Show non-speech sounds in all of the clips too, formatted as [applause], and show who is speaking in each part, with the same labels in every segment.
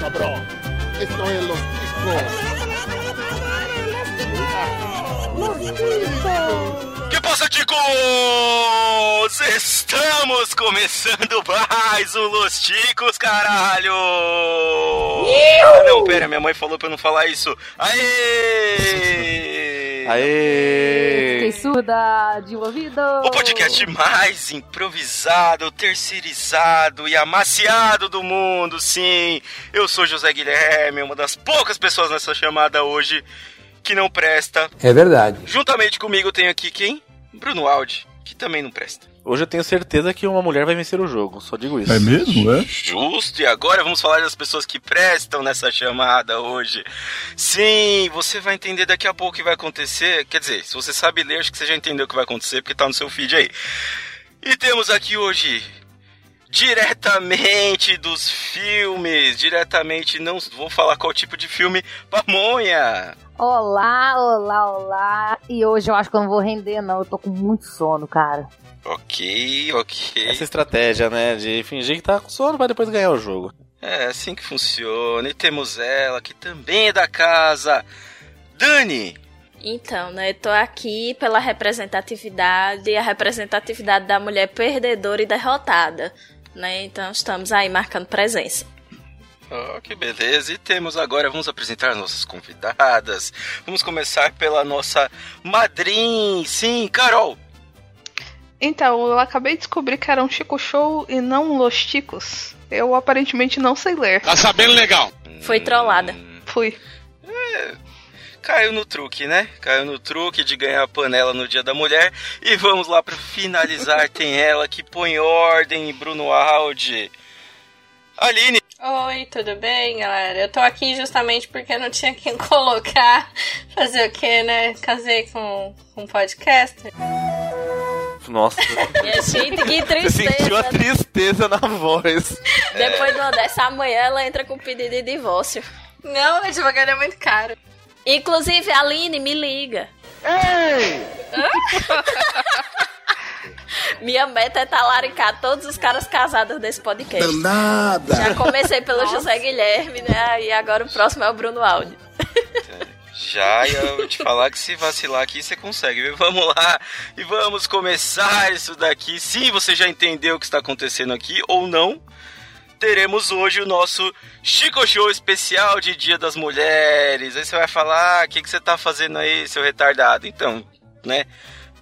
Speaker 1: cabrón. Esto es los discos.
Speaker 2: Que passa, Ticos? Estamos começando mais um Los Ticos, caralho! Ah, não, pera, minha mãe falou pra eu não falar isso. Aê!
Speaker 3: Fiquei
Speaker 4: Aê!
Speaker 3: surda de um ouvido.
Speaker 2: É. O podcast mais improvisado, terceirizado e amaciado do mundo, sim. Eu sou José Guilherme, uma das poucas pessoas nessa chamada hoje que não presta.
Speaker 5: É verdade.
Speaker 2: Juntamente comigo eu tenho aqui quem? Bruno Aldi, que também não presta.
Speaker 4: Hoje eu tenho certeza que uma mulher vai vencer o jogo, só digo isso.
Speaker 6: É mesmo, é?
Speaker 2: Justo, e agora vamos falar das pessoas que prestam nessa chamada hoje. Sim, você vai entender daqui a pouco o que vai acontecer. Quer dizer, se você sabe ler, acho que você já entendeu o que vai acontecer, porque tá no seu feed aí. E temos aqui hoje, diretamente dos filmes, diretamente, não vou falar qual tipo de filme, Pamonha.
Speaker 3: Olá, olá, olá. E hoje eu acho que eu não vou render, não. Eu tô com muito sono, cara.
Speaker 2: Ok, ok.
Speaker 4: Essa estratégia, né, de fingir que tá com sono pra depois ganhar o jogo.
Speaker 2: É assim que funciona. E temos ela, que também é da casa, Dani.
Speaker 7: Então, né, eu tô aqui pela representatividade, a representatividade da mulher perdedora e derrotada, né? Então estamos aí marcando presença.
Speaker 2: Oh, que beleza! E temos agora, vamos apresentar nossas convidadas. Vamos começar pela nossa madrinha, sim, Carol!
Speaker 8: Então, eu acabei de descobrir que era um Chico Show e não um Los Chicos. Eu aparentemente não sei ler.
Speaker 1: Tá sabendo legal.
Speaker 4: Hum.
Speaker 7: Foi trollada.
Speaker 8: Fui.
Speaker 2: Caiu no truque, né? Caiu no truque de ganhar a panela no Dia da Mulher. E vamos lá para finalizar, tem ela que põe ordem, Bruno Aldi. Aline!
Speaker 9: Oi, tudo bem, galera? Eu tô aqui justamente porque eu não tinha quem [laughs] colocar. Fazer o quê, né? Casei com com um podcaster.
Speaker 4: Nossa,
Speaker 7: E, gente, que
Speaker 4: você
Speaker 7: tristeza.
Speaker 4: sentiu a tristeza na voz.
Speaker 7: Depois de uma dessa, amanhã ela entra com pedido de divórcio.
Speaker 9: Não, advogado é muito caro.
Speaker 7: Inclusive, Aline, me liga. Ei! [laughs] Minha meta é talaricar todos os caras casados desse podcast.
Speaker 1: Nada.
Speaker 7: Já comecei pelo José Guilherme, né? E agora o próximo é o Bruno Aldi.
Speaker 2: Já ia te falar que se vacilar aqui você consegue. viu? Vamos lá e vamos começar isso daqui. Se você já entendeu o que está acontecendo aqui ou não, teremos hoje o nosso Chico Show especial de Dia das Mulheres. Aí você vai falar: "Ah, o que, que você tá fazendo aí, seu retardado? Então, né?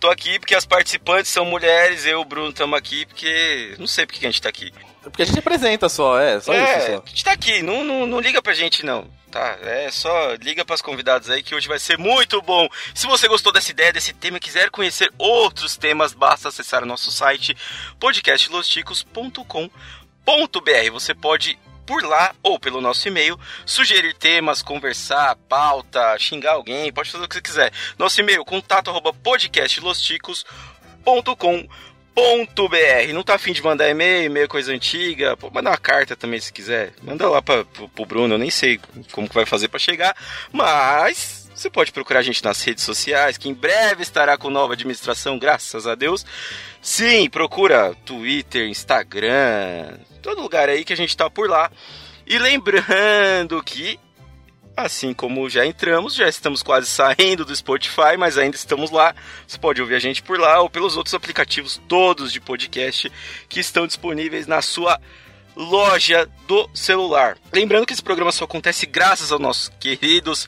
Speaker 2: Tô aqui porque as participantes são mulheres, eu e o Bruno estamos aqui porque. Não sei porque que a gente tá aqui.
Speaker 4: [laughs] Porque a gente apresenta só, é, só
Speaker 2: é,
Speaker 4: isso. Só.
Speaker 2: A gente tá aqui, não, não, não liga pra gente não. Tá, é só liga pras convidadas aí que hoje vai ser muito bom. Se você gostou dessa ideia, desse tema e quiser conhecer outros temas, basta acessar o nosso site podcastlosticos.com.br. Você pode por lá ou pelo nosso e-mail sugerir temas, conversar, pauta, xingar alguém, pode fazer o que você quiser. Nosso e-mail contato arroba podcastlosticos.com Ponto .br. Não tá afim de mandar e-mail, e-mail é coisa antiga, pô, manda uma carta também se quiser. Manda lá pra, pro, pro Bruno, eu nem sei como que vai fazer pra chegar, mas você pode procurar a gente nas redes sociais, que em breve estará com nova administração, graças a Deus. Sim, procura Twitter, Instagram, todo lugar aí que a gente tá por lá. E lembrando que Assim como já entramos, já estamos quase [laughs] saindo do Spotify, mas ainda estamos lá. Você pode ouvir a gente por lá ou pelos outros aplicativos todos de podcast que estão disponíveis na sua loja do celular. Lembrando que esse programa só acontece graças aos nossos queridos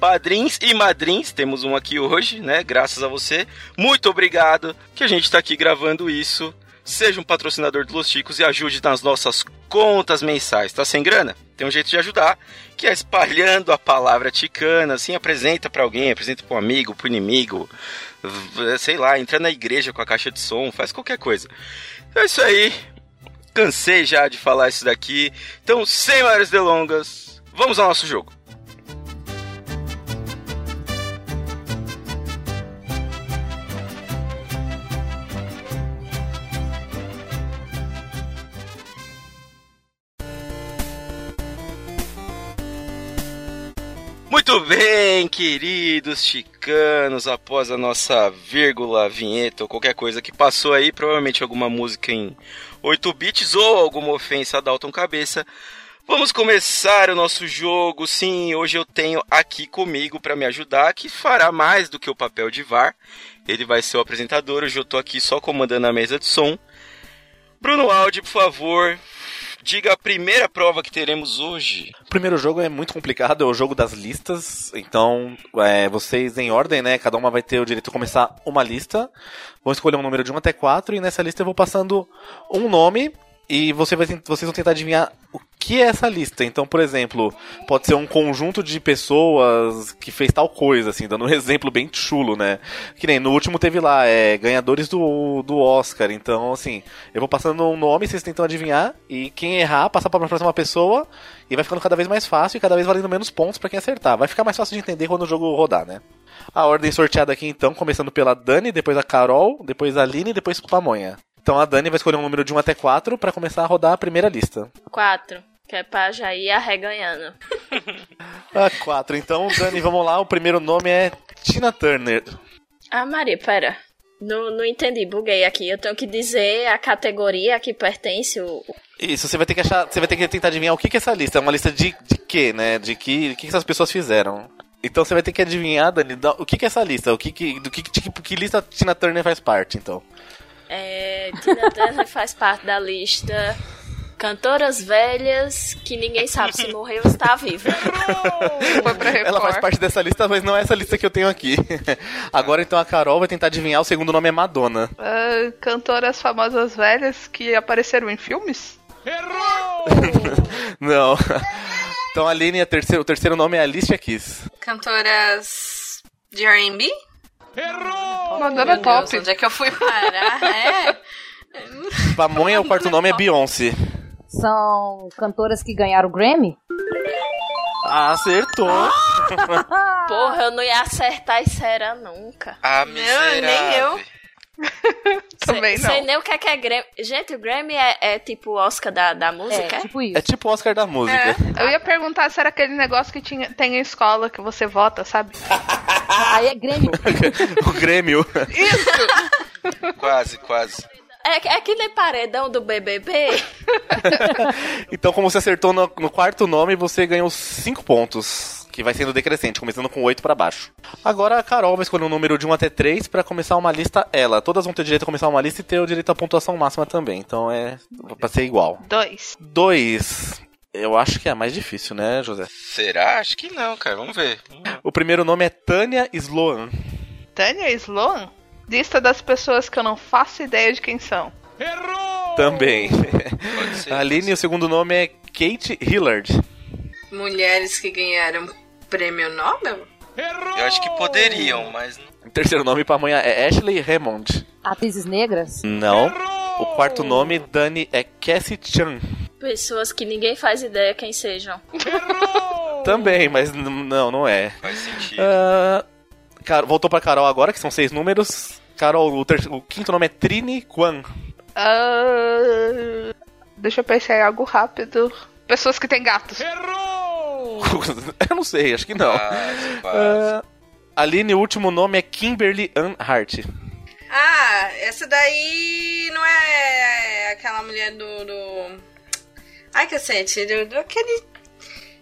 Speaker 2: padrinhos e madrinhos. Temos um aqui hoje, né? Graças a você. Muito obrigado que a gente está aqui gravando isso. Seja um patrocinador do Los Chicos e ajude nas nossas contas mensais. Tá sem grana? Tem um jeito de ajudar, que é espalhando a palavra ticana, assim, apresenta pra alguém, apresenta pra um amigo, pro inimigo, v- sei lá, entra na igreja com a caixa de som, faz qualquer coisa. É isso aí. Cansei já de falar isso daqui. Então, sem maiores delongas, vamos ao nosso jogo. Muito bem, queridos chicanos, após a nossa vírgula, vinheta ou qualquer coisa que passou aí, provavelmente alguma música em 8 bits ou alguma ofensa a Dalton Cabeça, Vamos começar o nosso jogo. Sim, hoje eu tenho aqui comigo para me ajudar, que fará mais do que o papel de VAR. Ele vai ser o apresentador. Hoje eu tô aqui só comandando a mesa de som. Bruno Aldi, por favor, diga a primeira prova que teremos hoje.
Speaker 4: O primeiro jogo é muito complicado, é o jogo das listas. Então, é, vocês em ordem, né? Cada uma vai ter o direito de começar uma lista. Vão escolher um número de 1 até 4 e nessa lista eu vou passando um nome e você vai, ten- vocês vão tentar adivinhar o que é essa lista. Então, por exemplo, pode ser um conjunto de pessoas que fez tal coisa, assim, dando um [laughs] exemplo bem chulo, né? Que nem no último teve lá, é ganhadores do, do Oscar. Então, assim, eu vou passando um nome, vocês tentam adivinhar, e quem errar passa pra próxima pessoa, e vai ficando cada vez mais fácil e cada vez valendo menos pontos pra quem acertar. Vai ficar mais fácil de entender quando o jogo rodar, né? A ordem sorteada aqui então, começando pela Dani, depois a Carol, depois a Aline e depois o Pamonha. Então a Dani vai escolher um número de 1 até 4 pra começar a rodar a primeira lista.
Speaker 7: Quatro. Que é pra já ir arreganhando.
Speaker 4: Ah, 4. Então, Dani, vamos lá. O primeiro nome é Tina Turner.
Speaker 7: Ah, Maria, pera. Não, não entendi, buguei aqui. Eu tenho que dizer a categoria a que pertence o. o-
Speaker 4: Isso, você vai ter que achar, você vai ter que tentar adivinhar o que, que é essa lista. É uma lista de, de quê, né? De que, o que, que essas pessoas fizeram. Então você vai ter que adivinhar, Dani, da- o que, que é essa lista? O que, que, do que, que- de que, que lista a Tina Turner faz parte, então?
Speaker 7: É, Tina Turner faz parte da lista cantoras velhas que ninguém sabe se morreu ou está viva.
Speaker 8: Foi pra Record.
Speaker 4: [laughs] Ela faz parte dessa lista, mas não é essa lista que eu tenho aqui. [laughs] Agora então a Carol vai tentar adivinhar, o segundo nome é Madonna.
Speaker 8: Ah, cantoras famosas velhas que apareceram em filmes?
Speaker 4: Não. [laughs] Então a Aline, a terceiro- o terceiro nome é Alicia Keys.
Speaker 9: Cantoras de R&B?
Speaker 8: Madonna
Speaker 9: Meu
Speaker 8: Top.
Speaker 9: Deus, onde é que eu fui parar? é?
Speaker 4: Pamonha, o quarto nome é Beyoncé.
Speaker 3: São cantoras que ganharam o Grammy?
Speaker 4: Ah, Acertou!
Speaker 7: Porra, eu não ia acertar isso era nunca.
Speaker 2: Ah,
Speaker 9: nem
Speaker 2: miserável.
Speaker 8: [laughs] Também
Speaker 7: Sei
Speaker 8: não.
Speaker 7: nem o que é, que é Grammy. Gente, o Grammy é, é tipo o Oscar da, da música?
Speaker 3: É, tipo
Speaker 4: É
Speaker 3: isso.
Speaker 4: tipo o Oscar da música.
Speaker 8: Eu ia perguntar se era aquele negócio que tinha, tem em escola que você vota, sabe?
Speaker 2: tipo-
Speaker 3: Aí é Grêmio.
Speaker 4: [laughs] O Grêmio.
Speaker 2: Quase, quase.
Speaker 7: É, que- é que nem paredão do BBB.
Speaker 4: Então, como você acertou no, no quarto nome, você ganhou cinco pontos, que vai sendo decrescente, começando com oito pra baixo. Agora a Carol vai escolher um número de 1 até 3 pra começar uma lista ela. Todas vão ter direito a começar uma lista e ter o direito à pontuação máxima também. Então é pra ser igual.
Speaker 8: Dois.
Speaker 4: Dois. Eu acho que é a mais difícil, né, José?
Speaker 2: Será? Acho que não, cara. Vamos ver.
Speaker 4: O primeiro nome é Tânia Sloan.
Speaker 8: Tânia Sloan? Lista das pessoas que eu não faço ideia de quem são.
Speaker 4: Também.
Speaker 2: Pode ser.
Speaker 4: A [laughs] Aline, o segundo nome é Kate Hillard.
Speaker 9: Mulheres que ganharam prêmio Nobel?
Speaker 2: Eu acho que poderiam, mas não.
Speaker 4: O terceiro nome pra amanhã é Ashley Hammond.
Speaker 3: Atrizes negras?
Speaker 4: Não. O quarto nome, Dani, é Cassie Chan.
Speaker 7: Pessoas que ninguém faz ideia quem sejam.
Speaker 4: Também, mas n- não, não é.
Speaker 2: faz sentido.
Speaker 4: Ah, Car- voltou pra Carol agora, que são seis números. Carol, o, ter- o quinto nome é Trini Kwan.
Speaker 8: Ah, deixa eu pensar em algo rápido. Pessoas que têm gatos.
Speaker 4: [laughs] Eu não sei, acho que não.
Speaker 2: Quase, quase.
Speaker 4: Ah, Aline, o último nome é Kimberly Ann Hart.
Speaker 9: Ah, essa daí não é aquela mulher do. do... Ai, cacete, do, do aquele.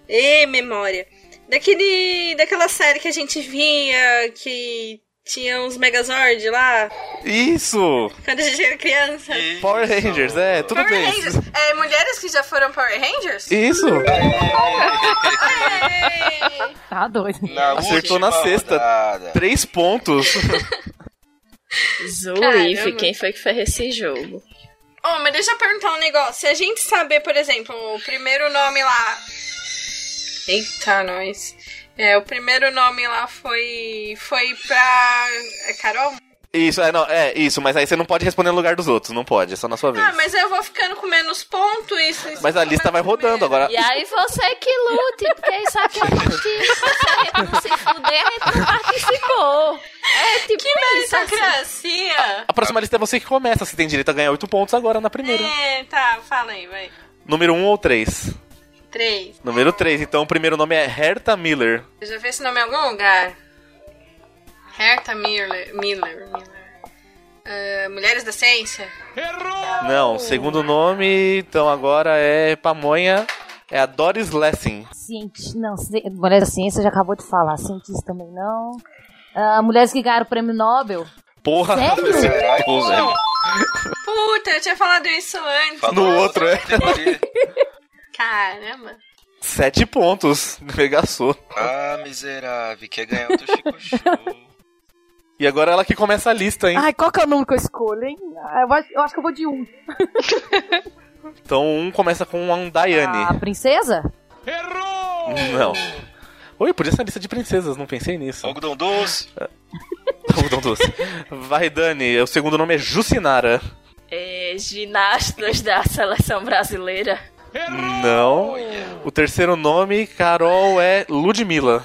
Speaker 9: Ê, memória. Daquele. Daquela série que a gente via que tinha uns Megazord lá
Speaker 4: Isso!
Speaker 9: quando a gente era criança.
Speaker 2: Isso.
Speaker 4: [laughs] Power Rangers, é, tudo
Speaker 9: Power
Speaker 4: bem.
Speaker 9: Rangers. É, mulheres que já foram Power Rangers?
Speaker 4: Isso!
Speaker 9: Ei!
Speaker 3: Tá doido.
Speaker 2: Na
Speaker 4: Acertou
Speaker 2: última
Speaker 4: na sexta.
Speaker 2: rodada.
Speaker 4: Três pontos. [laughs]
Speaker 7: Zurife,
Speaker 9: Caramba.
Speaker 7: quem foi que fez esse jogo?
Speaker 9: Ô, mas deixa eu perguntar um negócio. Se a gente saber, por exemplo, o primeiro nome lá. Eita, nós. É, o primeiro nome lá foi. Foi pra. É Carol?
Speaker 4: Isso, é, não, é, isso, mas aí você não pode responder no lugar dos outros, não pode, é só na sua vez.
Speaker 9: Ah, mas ah, eu vou ficando com menos ponto isso. isso
Speaker 4: Mas a lista vai rodando agora.
Speaker 9: né?
Speaker 7: E aí você que lute, porque isso aqui é uma justiça. Se a gente não se fuder, a gente não participou. É tipo
Speaker 9: Que
Speaker 7: isso. assim.
Speaker 9: Aristocracia!
Speaker 4: A próxima lista é você que começa, você tem direito a ganhar oito pontos agora na primeira.
Speaker 9: É, tá, fala aí, vai.
Speaker 4: Número um ou três?
Speaker 9: Três.
Speaker 4: Número 3, então o primeiro nome é Herta Miller.
Speaker 9: Eu já vi esse nome em algum lugar. Herta Miller. Miller. Miller. Ah, Mulheres da Ciência?
Speaker 4: Não, o segundo nome, então agora é Pamonha. É a Doris Lessing.
Speaker 3: Cienti... Não, ci- Mulher da Ciência já acabou de falar. Cientista também não. Ah, mulheres que ganharam o prêmio Nobel.
Speaker 4: Porra,
Speaker 3: Sério?
Speaker 4: esse pô, velho.
Speaker 9: Puta, eu tinha falado isso antes.
Speaker 4: é. No outro, é.
Speaker 9: Caramba.
Speaker 4: [laughs] Sete pontos. Regaçou.
Speaker 2: Ah, miserável, quer ganhar outro Chico Show.
Speaker 4: E agora ela que começa a lista, hein?
Speaker 3: Ai, qual que é o número que eu escolho, hein? Ah, Eu acho, eu acho que eu vou de um.
Speaker 4: Então um começa com um
Speaker 3: A
Speaker 4: Daiane.
Speaker 3: princesa?
Speaker 4: Não. Oi, podia ser a lista de princesas, não pensei nisso. [laughs]
Speaker 2: Algodão doce.
Speaker 4: Algodão doce. Vai, Dani. O segundo nome é Jucinara.
Speaker 7: É, ginastas da seleção brasileira.
Speaker 4: Não. O terceiro nome, Carol, é Ludmilla.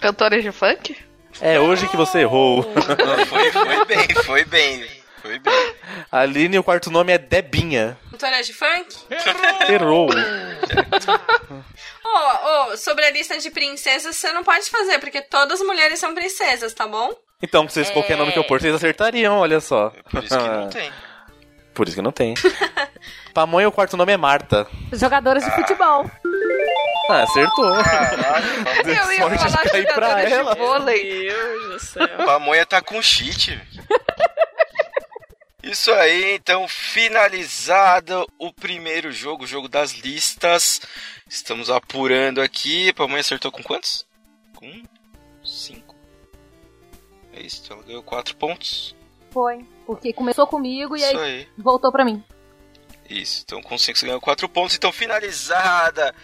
Speaker 8: Cantores de funk?
Speaker 4: É hoje que você errou.
Speaker 2: Não, foi, foi bem, foi bem. Foi bem.
Speaker 4: Aline, o quarto nome é Debinha.
Speaker 9: Cantora de funk?
Speaker 4: Errou.
Speaker 9: Ô, ô, sobre a lista de princesas, você não pode fazer, porque todas as mulheres são princesas, tá bom?
Speaker 4: Então, vocês, qualquer nome que eu pôr, vocês acertariam, olha só.
Speaker 2: Por isso que
Speaker 4: Ah.
Speaker 2: não tem.
Speaker 4: Por isso que não
Speaker 8: [laughs]
Speaker 4: tem. Pamonha, o quarto nome é Marta.
Speaker 3: Jogadoras de futebol.
Speaker 4: Ah, acertou.
Speaker 2: Caralho,
Speaker 4: Deu
Speaker 8: eu ia
Speaker 4: sorte
Speaker 8: falar
Speaker 4: de cair pra
Speaker 8: jogadora de
Speaker 4: ela.
Speaker 8: vôlei.
Speaker 7: Deus do céu.
Speaker 2: pamonha tá com cheat.
Speaker 3: [laughs]
Speaker 2: velho. Isso aí, então, finalizado o primeiro jogo, o jogo das listas. Estamos apurando aqui. Pamonha acertou com quantos? Com um, cinco. É isso, ela ganhou quatro pontos.
Speaker 3: Foi. Porque começou comigo e aí
Speaker 2: Isso aí.
Speaker 3: voltou pra mim.
Speaker 2: Isso, então com 5 você ganhou 4 pontos. Então finalizada.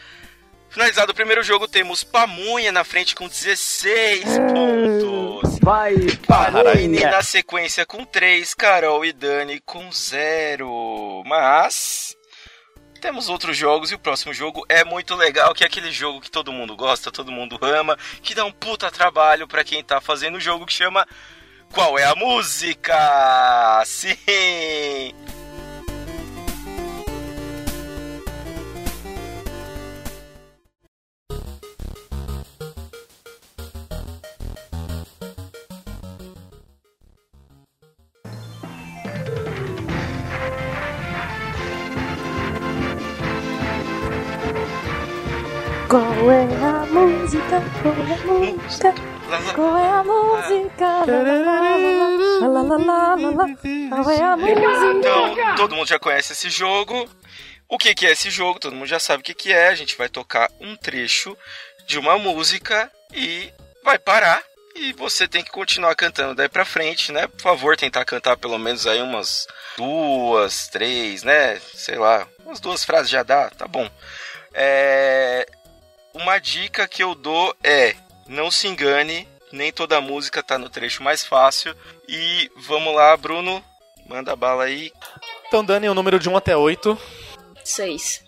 Speaker 2: Finalizado o primeiro jogo, temos Pamunha na frente com 16 pontos.
Speaker 5: Vai,
Speaker 2: Parini
Speaker 5: Pamonha.
Speaker 2: na sequência com 3, Carol e Dani com 0. Mas temos outros jogos e o próximo jogo é muito legal, que é aquele jogo que todo mundo gosta, todo mundo ama, que dá um puta trabalho pra quem tá fazendo o jogo que chama Qual é a música? Sim!
Speaker 3: Qual é a música? Qual é a música? Qual é a música? Lá, lá, lá, lá, lá, lá, lá, lá. Qual é a música?
Speaker 2: Então, todo mundo já conhece esse jogo. O que, que é esse jogo? Todo mundo já sabe o que, que é. A gente vai tocar um trecho de uma música e vai parar. E você tem que continuar cantando daí pra frente, né? Por favor, tentar cantar pelo menos aí umas duas, três, né? Sei lá, umas duas frases já dá, tá bom. É... Uma dica que eu dou é: não se engane, nem toda música tá no trecho mais fácil. E vamos lá, Bruno, manda bala aí.
Speaker 4: Então, Dani, o número de 1 até 8.
Speaker 7: Seis.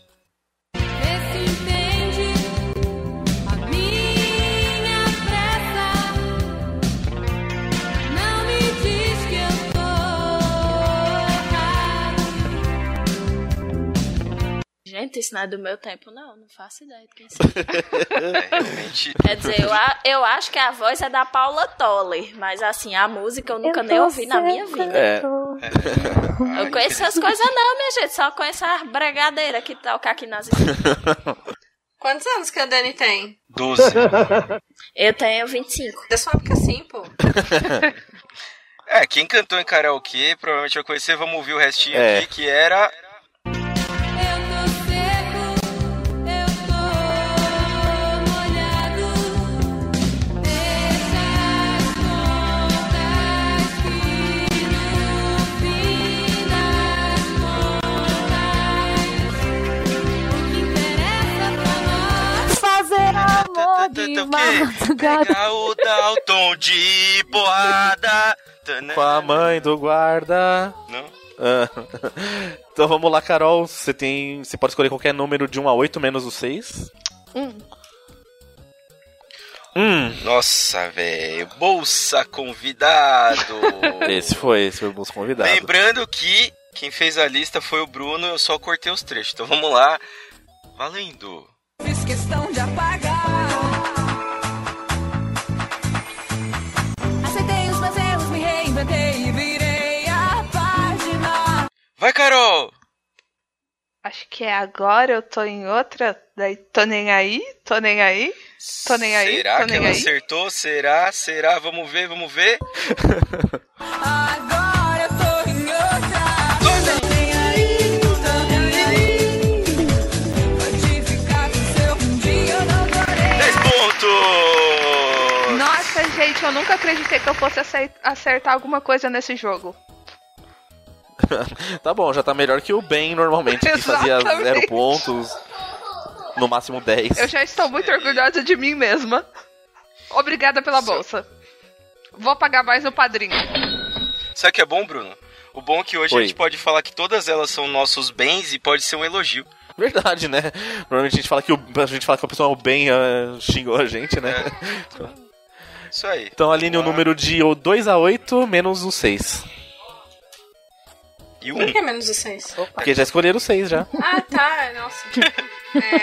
Speaker 7: Gente, isso não é do meu tempo, não. Não faço ideia de quem seja.
Speaker 2: É, realmente,
Speaker 7: [laughs] Quer dizer, eu, a- eu acho que a voz é da Paula Toller, mas assim, a música eu nunca nem ouvi na minha vida.
Speaker 4: É.
Speaker 7: Eu conheço essas coisas não, minha gente. Só conheço as bregadeiras que toca aqui nas esquinas.
Speaker 9: Quantos anos que a Dani tem?
Speaker 7: [laughs]
Speaker 2: 12.
Speaker 7: Eu tenho 25.
Speaker 9: Da sua época sim, pô.
Speaker 2: É, quem cantou em karaokê provavelmente vai conhecer. Vamos ouvir o restinho
Speaker 4: É.
Speaker 2: aqui, que era.
Speaker 3: Fazer amor
Speaker 2: Tá, tá, tá,
Speaker 3: de
Speaker 2: o quê?
Speaker 3: madrugada.
Speaker 2: Pega o Dalton de porrada. Tanana.
Speaker 4: Com a mãe do guarda.
Speaker 2: Não?
Speaker 4: Ah. [laughs] Então vamos lá, Carol. Você tem. Você pode escolher qualquer número de 1 a 8 menos o 6.
Speaker 8: Hum.
Speaker 4: Hum.
Speaker 2: Nossa, velho. Bolsa convidado.
Speaker 4: [laughs] Esse foi, esse foi o bolso convidado.
Speaker 2: Lembrando que quem fez a lista foi o Bruno, eu só cortei os trechos. Então vamos lá. Valendo.
Speaker 6: Fiz questão de apagar. Aceitei os meus erros, me reinventei e virei a página.
Speaker 2: Vai, Carol!
Speaker 8: Acho que é agora eu tô em outra. Daí tô nem aí, tô nem aí. Tô Tá nem aí,
Speaker 2: Será
Speaker 8: tô
Speaker 2: que
Speaker 8: nem
Speaker 2: ela
Speaker 8: aí.
Speaker 2: acertou? Será? Será? Vamos ver, vamos ver.
Speaker 6: Agora eu tô em outra. Tô nem aí, tô nem aí. Pode ficar com o seu um dia, eu não tô nem
Speaker 2: 10 pontos!
Speaker 8: Nossa, gente, eu nunca acreditei que eu fosse acei- acertar alguma coisa nesse jogo.
Speaker 4: Tá bom, já tá melhor que o Ben normalmente, que fazia
Speaker 8: [laughs] Exatamente.
Speaker 4: zero pontos, no máximo 10.
Speaker 8: Eu já estou muito orgulhosa de mim mesma. Obrigada pela bolsa. Vou pagar mais no padrinho.
Speaker 2: Sabe o que é bom, Bruno? O bom é que hoje
Speaker 4: Oi.
Speaker 2: a gente pode falar que todas elas são nossos bens e pode ser um elogio.
Speaker 4: Verdade, né? Normalmente a gente fala que, o, a gente fala que a pessoa bem ah, xingou a gente, né?
Speaker 2: Isso aí.
Speaker 4: Então, Aline, o
Speaker 2: Vamos lá.
Speaker 4: número de o 2 a 8 menos o 6.
Speaker 2: E um.
Speaker 4: É?
Speaker 9: Por que menos o 6?
Speaker 4: Porque já escolheram o 6 já.
Speaker 9: Ah, tá. Nossa.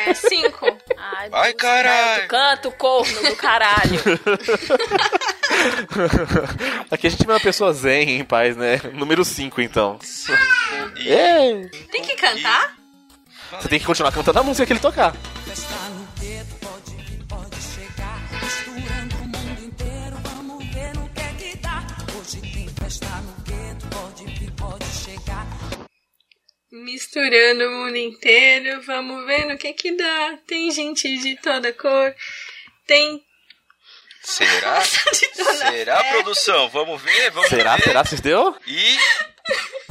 Speaker 9: É, 5.
Speaker 7: Ai,
Speaker 2: Ai,
Speaker 7: Deus,
Speaker 2: caralho.
Speaker 7: Canta o corno do caralho.
Speaker 4: Aqui a gente vê uma pessoa zen em paz, né? Número 5, então.
Speaker 2: E-
Speaker 4: É.
Speaker 9: Tem que cantar?
Speaker 4: Você tem que continuar cantando a música que ele tocar.
Speaker 6: Está no dedo, pode vir, pode chegar. Misturando o mundo inteiro, vamos ver no que é que dá. Hoje tem festa no gueto, pode vir, pode chegar.
Speaker 9: Misturando o mundo inteiro, vamos ver no que que dá. Tem gente de toda cor. Tem [laughs]
Speaker 2: Será?
Speaker 9: de toda
Speaker 2: Será,
Speaker 6: é.
Speaker 2: produção? Vamos ver, vamos
Speaker 4: Será?
Speaker 2: ver.
Speaker 4: Ah, Será? Vocês deu?
Speaker 2: E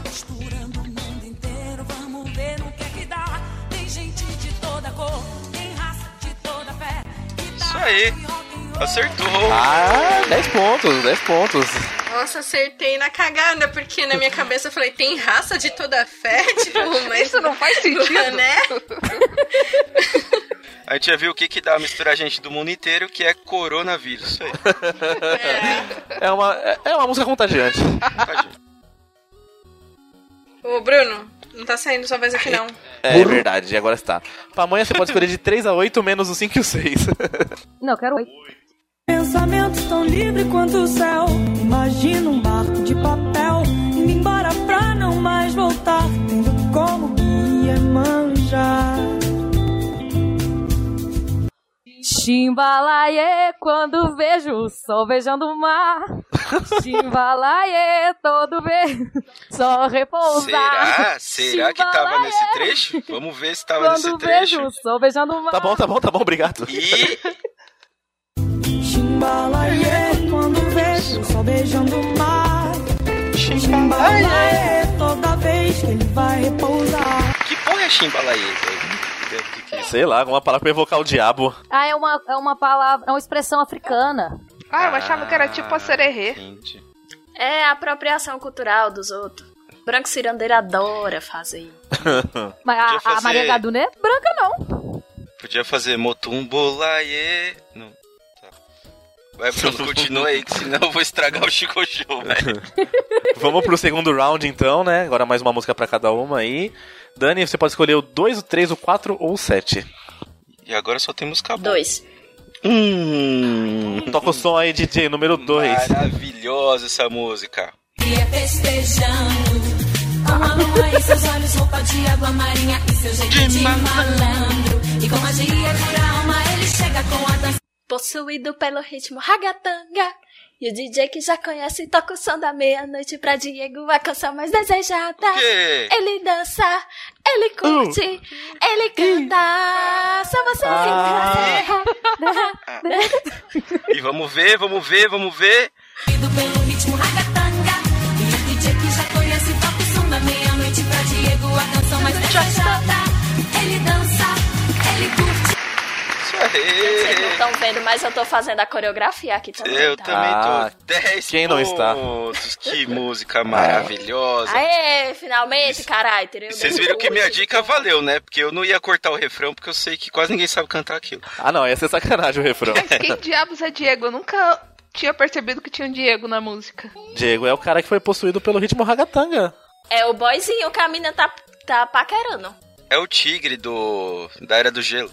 Speaker 6: Misturando o mundo inteiro, vamos ver no que é que dá. Tem gente de toda cor, tem raça de toda fé. tá
Speaker 2: Isso aí. acertou.
Speaker 4: Ah, 10 pontos, 10 pontos.
Speaker 9: Nossa, acertei na cagada, porque na minha cabeça eu falei, tem raça de toda fé? [laughs] Tipo, mas
Speaker 8: Isso não faz sentido.
Speaker 9: Né?
Speaker 2: A gente já viu o que, que dá misturar gente do mundo inteiro, que é coronavírus. Isso aí.
Speaker 4: É uma, é- é uma música contagiante.
Speaker 2: Tadinho.
Speaker 9: Ô, Bruno, não tá saindo sua vez aqui, não.
Speaker 4: É verdade, agora está. Pamonha você pode escolher de 3 a 8 menos o 5 e o 6.
Speaker 3: Não, quero oito.
Speaker 5: Pensamento tão livre quanto o céu. Imagina um barco de papel indo embora pra não mais voltar, tendo como guia manjar.
Speaker 3: Chimbalaie, quando vejo o sol beijando o mar. Chimbalaie, todo ver, só repousar.
Speaker 2: Será? Será que tava nesse trecho? Vamos ver se tava nesse
Speaker 3: Quando vejo
Speaker 2: trecho.
Speaker 3: o sol beijando o mar.
Speaker 4: Tá bom, tá bom, tá bom, obrigado.
Speaker 2: E
Speaker 5: Chimbalaie, é quando vejo o sol beijando o mar. Chimbalaie, toda vez que ele vai repousar.
Speaker 2: que porra é chimbalaê? velho? O que que é isso?
Speaker 4: Sei lá, alguma palavra pra evocar o diabo.
Speaker 3: Ah, é uma, é uma palavra, é uma expressão africana.
Speaker 8: Ah, eu achava que era tipo a sererê.
Speaker 2: Entendi.
Speaker 7: [laughs] É a apropriação cultural dos outros. Branco cirandeira adora fazer isso.
Speaker 3: Mas
Speaker 2: Podia
Speaker 3: a, a
Speaker 2: fazer-
Speaker 3: Maria Gadu não é branca, não.
Speaker 2: Podia fazer motumbolaê. Não. Tá. Vai, Bruno,
Speaker 4: [laughs]
Speaker 2: continua aí, que senão eu vou estragar o Chico Show, né? velho.
Speaker 4: Vamos pro segundo round então, né? Agora mais uma música pra cada uma aí. Dani, você pode escolher o 2, o 3, o 4 ou o 7.
Speaker 2: E agora só temos cabo.
Speaker 7: Dois.
Speaker 2: Hum.
Speaker 4: Toca o som aí, DJ, número 2.
Speaker 2: Maravilhosa essa música.
Speaker 6: E é festejando. Com a lua e seus olhos, roupa de água marinha e seu jeito de, malandro. E com magia pura alma, ele chega com a dança.
Speaker 7: Possuído pelo ritmo ragatanga. E o DJ que já conhece toca o som da meia-noite pra Diego a canção mais desejada.
Speaker 2: Que?
Speaker 7: Ele dança, ele curte, ele canta. Só você
Speaker 4: Ah.
Speaker 7: assim.
Speaker 2: E vamos ver, vamos ver, vamos ver.
Speaker 6: Possuído pelo ritmo ragatanga. E o DJ que já conhece, toca o som da meia-noite pra Diego a canção mais desejada. Ele dança, ele curte.
Speaker 2: Isso
Speaker 7: Vocês não
Speaker 2: aí.
Speaker 7: estão vendo, mas eu tô fazendo a coreografia aqui também.
Speaker 2: Eu
Speaker 7: tá?
Speaker 2: também
Speaker 4: Ah,
Speaker 2: tô. 10
Speaker 4: quem não está?
Speaker 2: pontos. Que música maravilhosa.
Speaker 7: Aê, finalmente, caralho.
Speaker 2: E Vocês viram que minha dica valeu, né? Porque eu não ia cortar o refrão, porque eu sei que quase ninguém sabe cantar aquilo.
Speaker 4: Ah não, ia ser sacanagem o refrão.
Speaker 2: [laughs]
Speaker 8: Mas quem diabos é Diego? Eu nunca tinha percebido que tinha um Diego na música.
Speaker 4: Diego é o cara que foi possuído pelo ritmo ragatanga.
Speaker 7: É o boyzinho que a mina tá, tá paquerando.
Speaker 2: É o tigre do da Era do Gelo.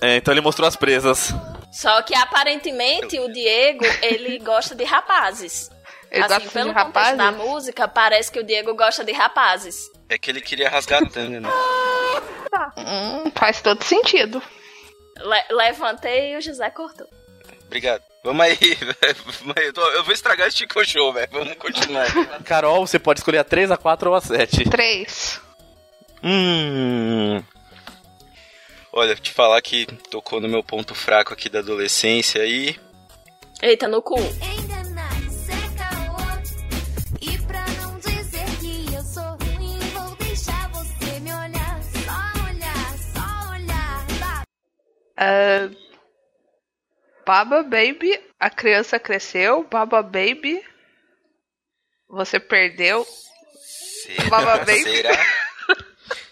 Speaker 4: É, então ele mostrou as presas.
Speaker 7: Só que aparentemente o Diego, ele gosta de rapazes.
Speaker 8: Ele
Speaker 7: assim,
Speaker 8: gosta
Speaker 7: pelo
Speaker 8: de né?
Speaker 7: contexto
Speaker 8: rapazes?
Speaker 7: da música, parece que o Diego gosta de rapazes.
Speaker 2: É que ele queria rasgar a tanga, né?
Speaker 3: cortar.
Speaker 8: Hum, faz todo sentido.
Speaker 7: Le- levantei e o José cortou.
Speaker 2: Obrigado. Vamos aí, [laughs] velho. Vamos aí. Eu, tô- eu vou estragar esse Chico Show, velho. Vamos continuar.
Speaker 4: Carol, você pode escolher a 3, a 4 ou a 7.
Speaker 8: Três.
Speaker 2: Hum. Olha, te falar que tocou no meu ponto fraco aqui da adolescência aí.
Speaker 7: Eita, no cu.
Speaker 10: Enganar sem caô. E pra não dizer que eu sou ruim, vou deixar você me olhar. Só olhar, só olhar. Tá?
Speaker 8: Ah, Baba Baby, a criança cresceu. Baba Baby, você perdeu.
Speaker 2: Será?
Speaker 8: Baba Baby.
Speaker 2: Será?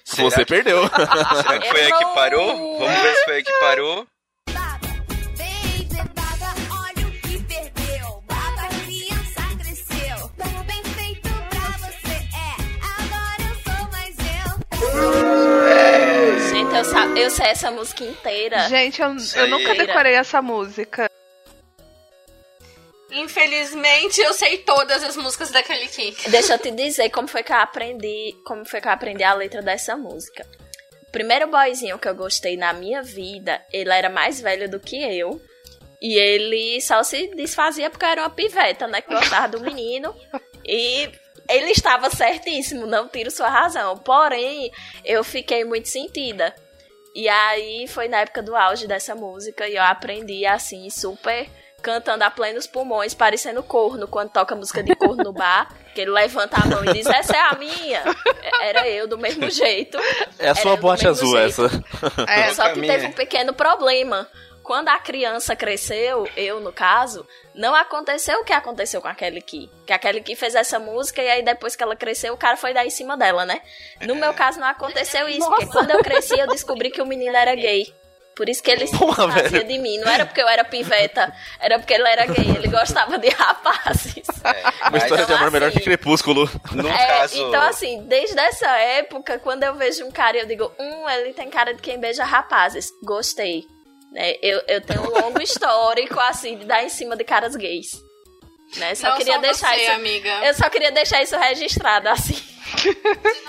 Speaker 2: Será
Speaker 4: Você
Speaker 2: que-
Speaker 4: perdeu.
Speaker 2: será que foi aí que
Speaker 7: Errou!
Speaker 2: parou? Vamos ver se foi aí que parou.
Speaker 10: Baby, baba, olha o que perdeu. Baba, criança cresceu. Tão bem feito pra você é. Agora eu sou mais eu.
Speaker 7: Gente, eu, sa- eu sei essa música inteira.
Speaker 8: Gente, eu,
Speaker 2: Isso
Speaker 8: eu
Speaker 2: aí.
Speaker 8: nunca decorei essa música.
Speaker 9: Infelizmente, eu sei todas as músicas da Kelly King.
Speaker 7: Deixa eu te dizer como foi que eu aprendi, como foi que eu aprendi a letra dessa música. O primeiro boyzinho que eu gostei na minha vida, ele era mais velho do que eu. E ele só se desfazia porque eu era uma piveta, né? Que gostava do menino. E ele estava certíssimo, não tiro sua razão. Porém, eu fiquei muito sentida. E aí foi na época do auge dessa música e eu aprendi assim, super cantando a plenos pulmões, parecendo corno quando toca música de corno no bar, que ele levanta a mão e diz: "Essa é a minha". Era eu do mesmo jeito.
Speaker 4: É a
Speaker 7: Era eu
Speaker 4: sua
Speaker 7: do
Speaker 4: boate
Speaker 7: mesmo
Speaker 4: azul
Speaker 7: jeito.
Speaker 4: essa.
Speaker 8: É,
Speaker 7: Só que
Speaker 2: Caminha.
Speaker 7: teve um pequeno problema. Quando a criança cresceu, eu no caso, não aconteceu o que aconteceu com a Kelly Key. Que a Kelly Key fez essa música e aí depois que ela cresceu, o cara foi dar em cima dela, né? No
Speaker 4: É.
Speaker 7: meu caso não aconteceu isso, porque quando eu cresci eu descobri que o menino era gay. Por isso que ele se
Speaker 4: Porra,
Speaker 7: fazia
Speaker 4: velho.
Speaker 7: de mim. Não era porque eu era piveta, era porque ele era gay. Ele gostava de rapazes.
Speaker 2: É,
Speaker 4: Uma
Speaker 2: mas
Speaker 4: história de amor
Speaker 7: assim-
Speaker 4: melhor que Crepúsculo.
Speaker 2: no
Speaker 7: É,
Speaker 2: caso.
Speaker 7: Então, assim, desde essa época, quando eu vejo um cara, eu digo, hum, ele tem cara de quem beija rapazes. Gostei. Né? Eu, eu tenho um
Speaker 2: [laughs]
Speaker 7: longo histórico, assim, de dar em cima de caras gays. Né? Só
Speaker 9: não
Speaker 7: queria
Speaker 9: só
Speaker 7: deixar
Speaker 9: você,
Speaker 7: isso.
Speaker 9: amiga.
Speaker 7: Eu só queria deixar isso registrado, assim.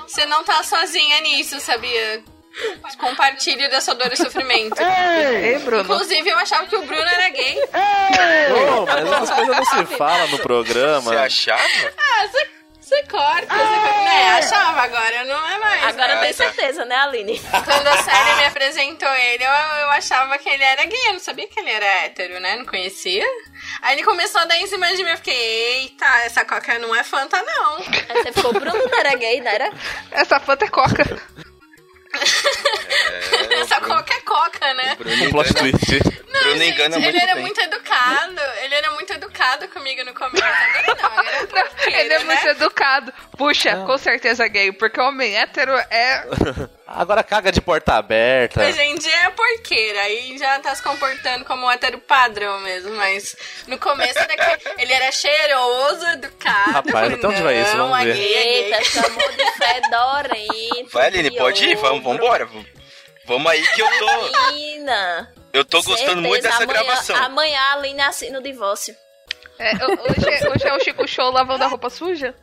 Speaker 9: Você não tá sozinha nisso, sabia? Compartilhe da sua dor e sofrimento.
Speaker 8: Ei, Bruno.
Speaker 9: Inclusive, eu achava que o Bruno era gay.
Speaker 4: Não, mas essas coisas não se falam no programa.
Speaker 2: Você achava?
Speaker 9: Ah, você, você corta, você corta. Né, achava agora, não é mais.
Speaker 7: Agora eu tenho
Speaker 2: tá.
Speaker 7: certeza, né,
Speaker 2: [laughs]
Speaker 7: Aline?
Speaker 9: Quando a série me apresentou ele, eu, eu achava que ele era gay, eu não sabia que ele era hétero, né? Não conhecia. Aí ele começou a dar em cima de mim, eu fiquei, eita, essa coca não é fanta, não.
Speaker 7: Aí você ficou, Bruno não era gay, não era?
Speaker 8: Essa fanta é coca.
Speaker 2: É,
Speaker 9: [laughs] essa
Speaker 2: o Bruno-
Speaker 9: coca é coca,
Speaker 2: o
Speaker 9: né?
Speaker 2: Bruno
Speaker 4: Um plot
Speaker 2: engana-
Speaker 4: twist.
Speaker 2: o Bruno
Speaker 9: Gente,
Speaker 2: engana muito
Speaker 9: ele era
Speaker 2: bem.
Speaker 9: muito educado, ele era muito educado comigo no começo. Agora não, agora é um porqueiro,
Speaker 8: [laughs] Ele é
Speaker 9: né?
Speaker 8: muito educado. Puxa,
Speaker 2: Ah.
Speaker 8: com certeza gay, porque homem hétero é.
Speaker 4: Agora caga de porta aberta.
Speaker 9: Hoje em dia é porqueira, aí já tá se comportando como um hétero padrão mesmo, mas no começo era que ele era cheiroso, educado.
Speaker 4: Rapaz,
Speaker 9: falei,
Speaker 4: até onde vai isso?
Speaker 9: "Não,
Speaker 4: Vamos
Speaker 9: é
Speaker 4: ver."
Speaker 9: gay, é gay.
Speaker 7: Eita, chamou de fedorento.
Speaker 2: Vai, Aline, pode ir? Vamos, vambora. v- Vamos aí que eu tô.
Speaker 7: Menina,
Speaker 2: Eu tô gostando muito
Speaker 7: certeza,
Speaker 2: dessa
Speaker 7: amanhã-
Speaker 2: gravação.
Speaker 7: Amanhã a Aline assina o divórcio.
Speaker 8: é hoje, é- hoje é o Chico Show lavando a roupa suja?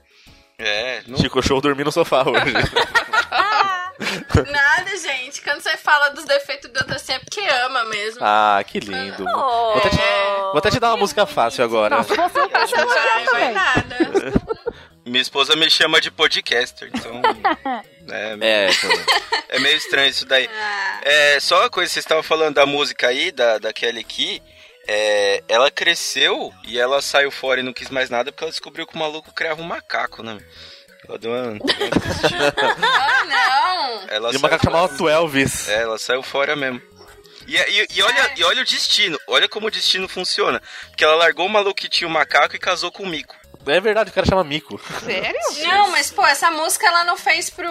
Speaker 2: É, não
Speaker 4: Chico Show dormir no sofá hoje.
Speaker 9: Nada, gente. Quando você fala dos defeitos do outro, assim, é porque ama mesmo.
Speaker 4: ah, que lindo. Vou até te, vou até te dar uma música fácil agora.
Speaker 3: Você não tá
Speaker 8: Ah,
Speaker 3: sendo
Speaker 9: vai,
Speaker 3: legal
Speaker 9: vai
Speaker 3: também.
Speaker 9: nada.
Speaker 4: [laughs]
Speaker 2: Minha esposa me chama de
Speaker 9: [laughs]
Speaker 2: podcaster, então. né,
Speaker 4: É, então,
Speaker 2: é, meio estranho isso daí.
Speaker 9: Ah,
Speaker 2: É, só uma coisa, vocês estavam falando da música aí, da, da Kelly Key. é, ela cresceu e ela saiu fora e não quis mais nada porque ela descobriu que o maluco criava um macaco, né? Ela deu uma.
Speaker 9: ah, não.
Speaker 2: Ela
Speaker 4: [laughs] e
Speaker 2: saiu
Speaker 4: o
Speaker 2: fora.
Speaker 4: macaco chamava Twelvis.
Speaker 2: É, ela saiu fora mesmo. E, e- e olha, e olha o destino, olha como o destino funciona. Porque ela largou o maluco que tinha o macaco e casou com o mico.
Speaker 4: É verdade, o cara
Speaker 9: [laughs]
Speaker 4: chama Mico.
Speaker 8: Sério?
Speaker 9: Não, mas pô, essa música ela não fez pro,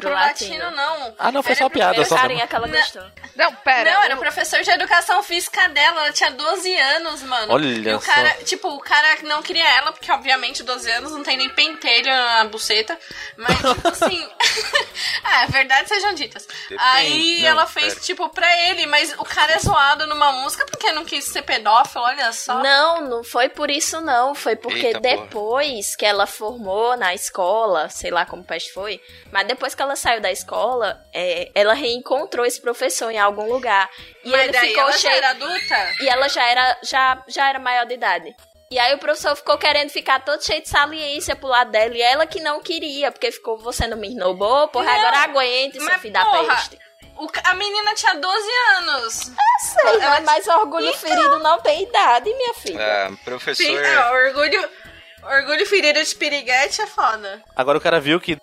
Speaker 9: pro, latino.
Speaker 7: latino.
Speaker 9: não.
Speaker 4: Ah, não, foi
Speaker 9: Era
Speaker 4: só uma
Speaker 9: pro-
Speaker 2: É
Speaker 4: piada.
Speaker 7: Pelo
Speaker 4: só mesmo.
Speaker 2: né?
Speaker 7: carinha que ela gostou.
Speaker 8: Não, pera.
Speaker 9: Não, era o
Speaker 8: o-
Speaker 9: professor de educação física dela, ela tinha 12 anos, mano.
Speaker 4: Olha
Speaker 9: e o
Speaker 4: só.
Speaker 9: cara, tipo, o cara não queria ela, porque
Speaker 4: [laughs]
Speaker 9: obviamente 12 anos não tem nem pentelho na buceta. Mas, tipo assim. [laughs] ah, É, verdades sejam ditas.
Speaker 2: Depende.
Speaker 9: Aí
Speaker 2: Não,
Speaker 9: ela fez,
Speaker 2: pera.
Speaker 9: tipo, pra ele, mas o cara é zoado numa música porque não quis ser pedófilo, olha só.
Speaker 7: Não, não foi por isso não, foi porque
Speaker 2: Eita, porra.
Speaker 7: depois que ela formou na escola, sei lá como peste foi, mas depois que ela saiu da escola, é, ela reencontrou esse professor em algum lugar e
Speaker 9: mas
Speaker 7: ele
Speaker 9: daí
Speaker 7: ficou
Speaker 9: ela já
Speaker 7: cheio
Speaker 9: era adulta?
Speaker 7: e ela já era já, já era maior de idade. E aí o professor ficou querendo ficar todo cheio de saliência pro lado dela e ela que não queria, porque ficou você não me esnobou, porra, agora aguente, seu
Speaker 9: mas
Speaker 7: filho da
Speaker 9: porra,
Speaker 7: peste.
Speaker 9: O ca- a menina tinha 12 anos.
Speaker 7: Sei,
Speaker 9: ela-
Speaker 7: mas é mais orgulho
Speaker 9: então
Speaker 7: ferido não tem idade, minha filha.
Speaker 2: Ah,
Speaker 9: Sim,
Speaker 2: professor.
Speaker 9: é, orgulho, orgulho ferido de piriguete é foda.
Speaker 4: Agora o cara viu que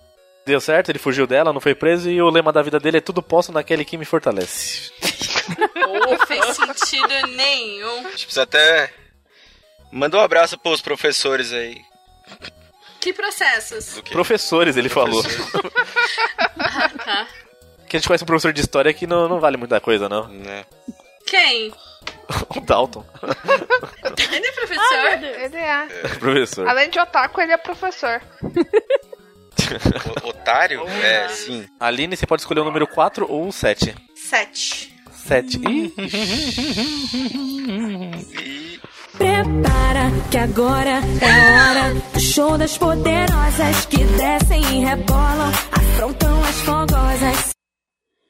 Speaker 4: deu certo, ele fugiu dela, não foi preso e o lema da vida dele é tudo posso naquele que me fortalece.
Speaker 9: Não fez sentido nenhum.
Speaker 2: A gente precisa até. Manda um abraço pros professores aí.
Speaker 9: Que processos?
Speaker 2: Do que?
Speaker 4: Professores, ele falou.
Speaker 9: Tá.
Speaker 4: Que a gente conhece um professor de história que não, não vale muita coisa, não.
Speaker 2: Né?
Speaker 9: Quem?
Speaker 4: [laughs] O Dalton.
Speaker 9: Ele é professor?
Speaker 8: Ele é.
Speaker 4: professor.
Speaker 8: Além de otaku, ele é professor.
Speaker 2: O- otário? É, sim.
Speaker 4: Aline, você pode escolher o número 4 ou o 7.
Speaker 9: Sete.
Speaker 4: 7. Ih,
Speaker 2: E
Speaker 5: Prepara que agora é hora do show das poderosas que descem e rebolam, afrontam as fogosas.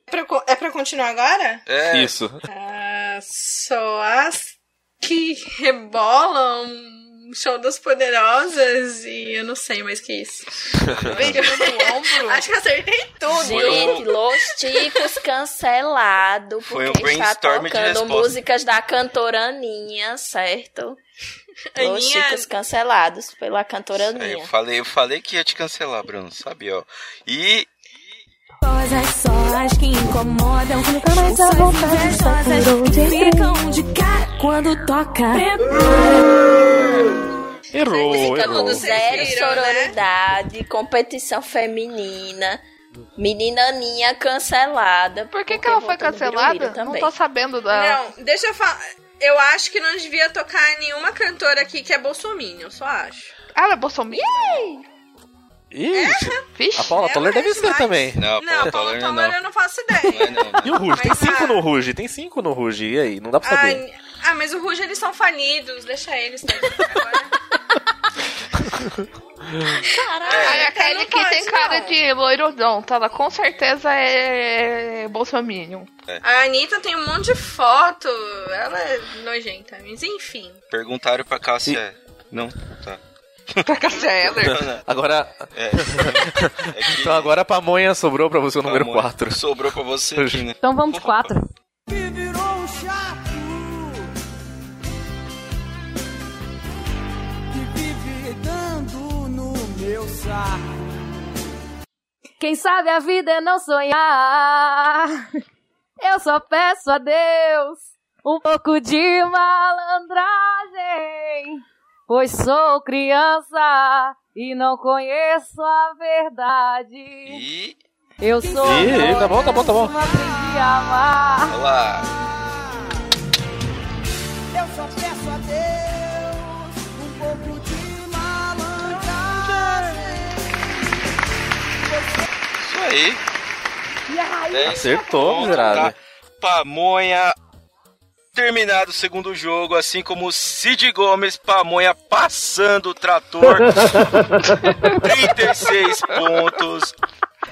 Speaker 9: É pra, co- é pra continuar agora?
Speaker 2: é,
Speaker 4: isso.
Speaker 9: Ah, só as que rebolam um show das poderosas e eu não sei mais que isso. Acho que eu acertei tudo.
Speaker 2: Foi um-
Speaker 7: Gente, Los Ticos cancelado
Speaker 2: Foi um
Speaker 7: porque está
Speaker 2: brainstorm de
Speaker 7: tocando
Speaker 2: resposta.
Speaker 7: músicas da cantora Aninha, certo? Los
Speaker 9: Aninha.
Speaker 7: Ticos cancelados pela
Speaker 2: Aí
Speaker 7: cantora
Speaker 2: é, eu
Speaker 7: Aninha.
Speaker 2: falei, eu falei que ia te cancelar, Bruno, sabe, ó. E
Speaker 5: Fogosas só as que incomodam,
Speaker 3: Nunca mais a vontade de estar por um
Speaker 5: invejosas
Speaker 3: onde
Speaker 5: que
Speaker 3: entrei.
Speaker 5: ficam de cara quando toca.
Speaker 9: tá
Speaker 4: Errou,
Speaker 7: Música
Speaker 4: errou.
Speaker 7: com zero
Speaker 9: Vocês viram, né?
Speaker 7: sororidade, competição feminina. Menina Aninha cancelada.
Speaker 8: Por que,
Speaker 7: porque
Speaker 8: que ela foi
Speaker 7: votou no Birubiru
Speaker 8: cancelada? Não
Speaker 7: também.
Speaker 8: tô sabendo da.
Speaker 9: Não, deixa eu falar. Eu acho que não devia tocar nenhuma cantora aqui que é bolsominion, só acho.
Speaker 8: Ah, ela é bolsominion?
Speaker 4: Ixi,
Speaker 8: Vixe.
Speaker 4: a Paula
Speaker 9: É,
Speaker 4: Toller deve
Speaker 9: mas
Speaker 4: ser
Speaker 9: vai.
Speaker 4: também.
Speaker 2: não,
Speaker 9: Não,
Speaker 2: Paula
Speaker 9: Paulo
Speaker 2: Toller não.
Speaker 9: Toller
Speaker 2: [laughs] Não
Speaker 9: eu não faço ideia.
Speaker 2: é não, né?
Speaker 4: E o Ruge? Tem
Speaker 9: Mas, ah,
Speaker 4: 5 no Ruge, tem 5 no Ruge. E aí? Não dá pra
Speaker 2: tá
Speaker 4: saber.
Speaker 9: Ai, ah, mas o Ruge eles são falidos, deixa eles. tá? Agora-
Speaker 2: É.
Speaker 8: Ai, a
Speaker 9: Então
Speaker 8: Kylie
Speaker 9: não
Speaker 8: que
Speaker 9: pode,
Speaker 8: tem cara
Speaker 9: não.
Speaker 8: de loirodão, tá? Ela com certeza é bolsominion.
Speaker 9: A Anitta tem um monte de foto, ela é nojenta, mas enfim.
Speaker 2: Perguntaram pra Cássia. Não, tá.
Speaker 8: Pra Casseller.
Speaker 4: Agora,
Speaker 2: É. É que
Speaker 4: então agora a pamonha sobrou pra você o número
Speaker 2: amor,
Speaker 4: 4.
Speaker 2: Sobrou pra você aqui,
Speaker 4: [laughs]
Speaker 2: né?
Speaker 3: Então vamos de quatro. Quem sabe a vida é não sonhar. Eu só peço a Deus um pouco de malandragem. Pois sou criança e não conheço a verdade.
Speaker 2: E.
Speaker 3: Eu sou.
Speaker 4: Ih, tá bom, tá bom, tá bom.
Speaker 3: uma aprendi a amar.
Speaker 2: Olha lá. um Isso aí. Dez
Speaker 4: Acertou,
Speaker 2: pontos,
Speaker 4: miserável.
Speaker 2: tá? Pamonha. Terminado o segundo jogo, assim como Cid Gomes, Pamonha passando o trator. 36 pontos.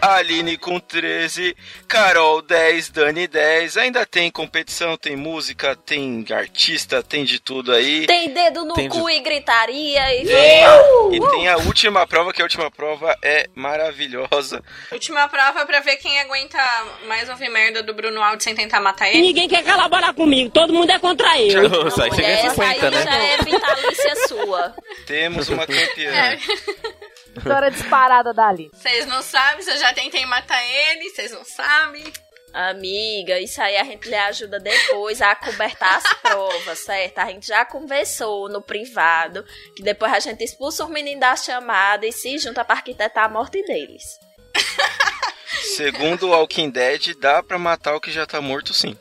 Speaker 2: Aline com 13, Carol 10, Dani 10. Ainda tem competição, tem música, tem artista, tem de tudo aí.
Speaker 7: Tem dedo no
Speaker 4: Tem de-
Speaker 7: cu e gritaria. E...
Speaker 2: E tem a última prova, que a última prova é maravilhosa.
Speaker 9: Última prova pra ver quem aguenta mais ouvir merda do Bruno Aldo sem tentar matar ele.
Speaker 11: Ninguém quer colaborar comigo, todo mundo é contra eu.
Speaker 4: Isso aí você
Speaker 7: Mulher,
Speaker 4: ganha
Speaker 7: essa aí
Speaker 4: 50, né?
Speaker 7: já é vitalícia sua.
Speaker 2: Temos uma campeã.
Speaker 3: Vitória disparada dali.
Speaker 9: Vocês não sabem, se eu já tentei matar ele, vocês não sabem.
Speaker 7: Amiga, isso aí a gente lhe ajuda depois a cobertar as provas, certo? A gente já conversou no privado que depois a gente expulsa o menino da chamada e se junta pra arquitetar a morte deles.
Speaker 2: Segundo o Walking Dead, dá pra matar o que já tá morto, sim.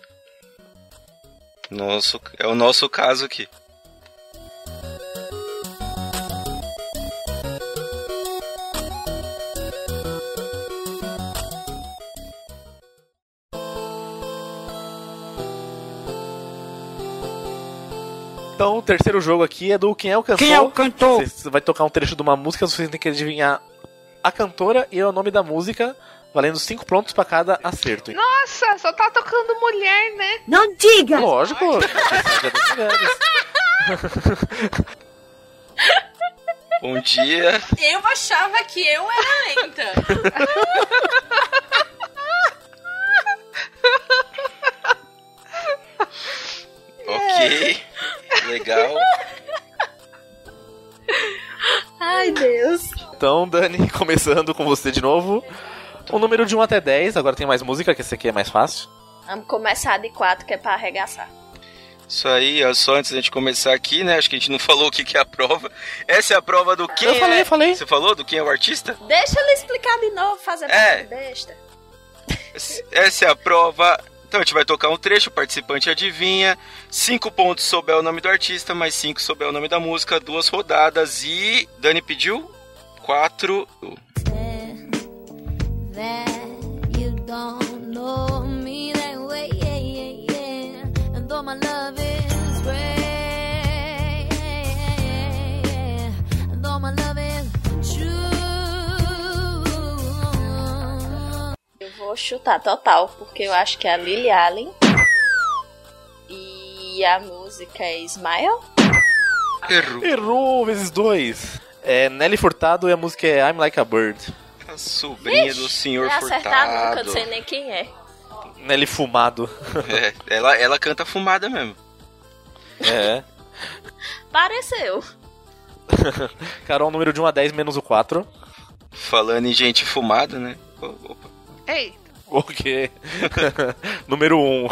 Speaker 2: Nosso, é o nosso caso aqui.
Speaker 4: Então, o terceiro jogo aqui é do Quem é o Cantor.
Speaker 12: Quem é o Cantor?
Speaker 4: Você vai tocar um trecho de uma música, vocês têm que adivinhar a cantora e o nome da música, valendo cinco pontos pra cada acerto.
Speaker 8: Nossa, só tá tocando mulher, né?
Speaker 4: Não diga! Lógico! já deu mulheres.
Speaker 2: Bom
Speaker 7: [laughs]
Speaker 2: dia.
Speaker 7: É.
Speaker 9: Eu achava que eu era lenta.
Speaker 2: Ok. Legal.
Speaker 9: Ai, Deus.
Speaker 4: Então, Dani, [laughs] começando com você de novo. O número de 1 até 10, agora tem mais música, que esse aqui é mais fácil.
Speaker 7: Vamos começar de quatro, que é pra arregaçar.
Speaker 2: Isso aí, ó, só antes da gente começar aqui, né? Acho que a gente não falou o que, que é a prova. Essa é a prova do quem
Speaker 7: Eu falei,
Speaker 2: é...
Speaker 7: eu falei.
Speaker 2: Você falou do quem é o artista?
Speaker 7: Deixa ele explicar de novo, fazer
Speaker 2: É.
Speaker 7: é. besta.
Speaker 2: Essa é a prova. Então a gente vai tocar um trecho, o participante adivinha. Cinco pontos souber o nome do artista, mais cinco souber o nome da música, duas rodadas e. Dani pediu? Quatro.
Speaker 10: that you don't know me that way. Yeah, yeah, yeah. And though my love is great, and though my love is true.
Speaker 7: Eu vou chutar total, porque eu acho que é a Lily Allen. E a música é Smile.
Speaker 2: Errou.
Speaker 4: Errou, vezes dois. É Nelly Furtado e a música é I'm Like a Bird.
Speaker 2: A sobrinha do senhor
Speaker 7: não é acertar nunca, eu
Speaker 2: furtado.
Speaker 7: não sei nem quem é.
Speaker 4: Nelly Fumado.
Speaker 2: É, ela, ela canta fumada mesmo.
Speaker 4: É.
Speaker 7: Pareceu.
Speaker 4: Carol, número de 1 a 10 menos o 4.
Speaker 2: Falando em gente fumada, né? O- Opa.
Speaker 8: Ei,
Speaker 4: O quê? [laughs] número 1.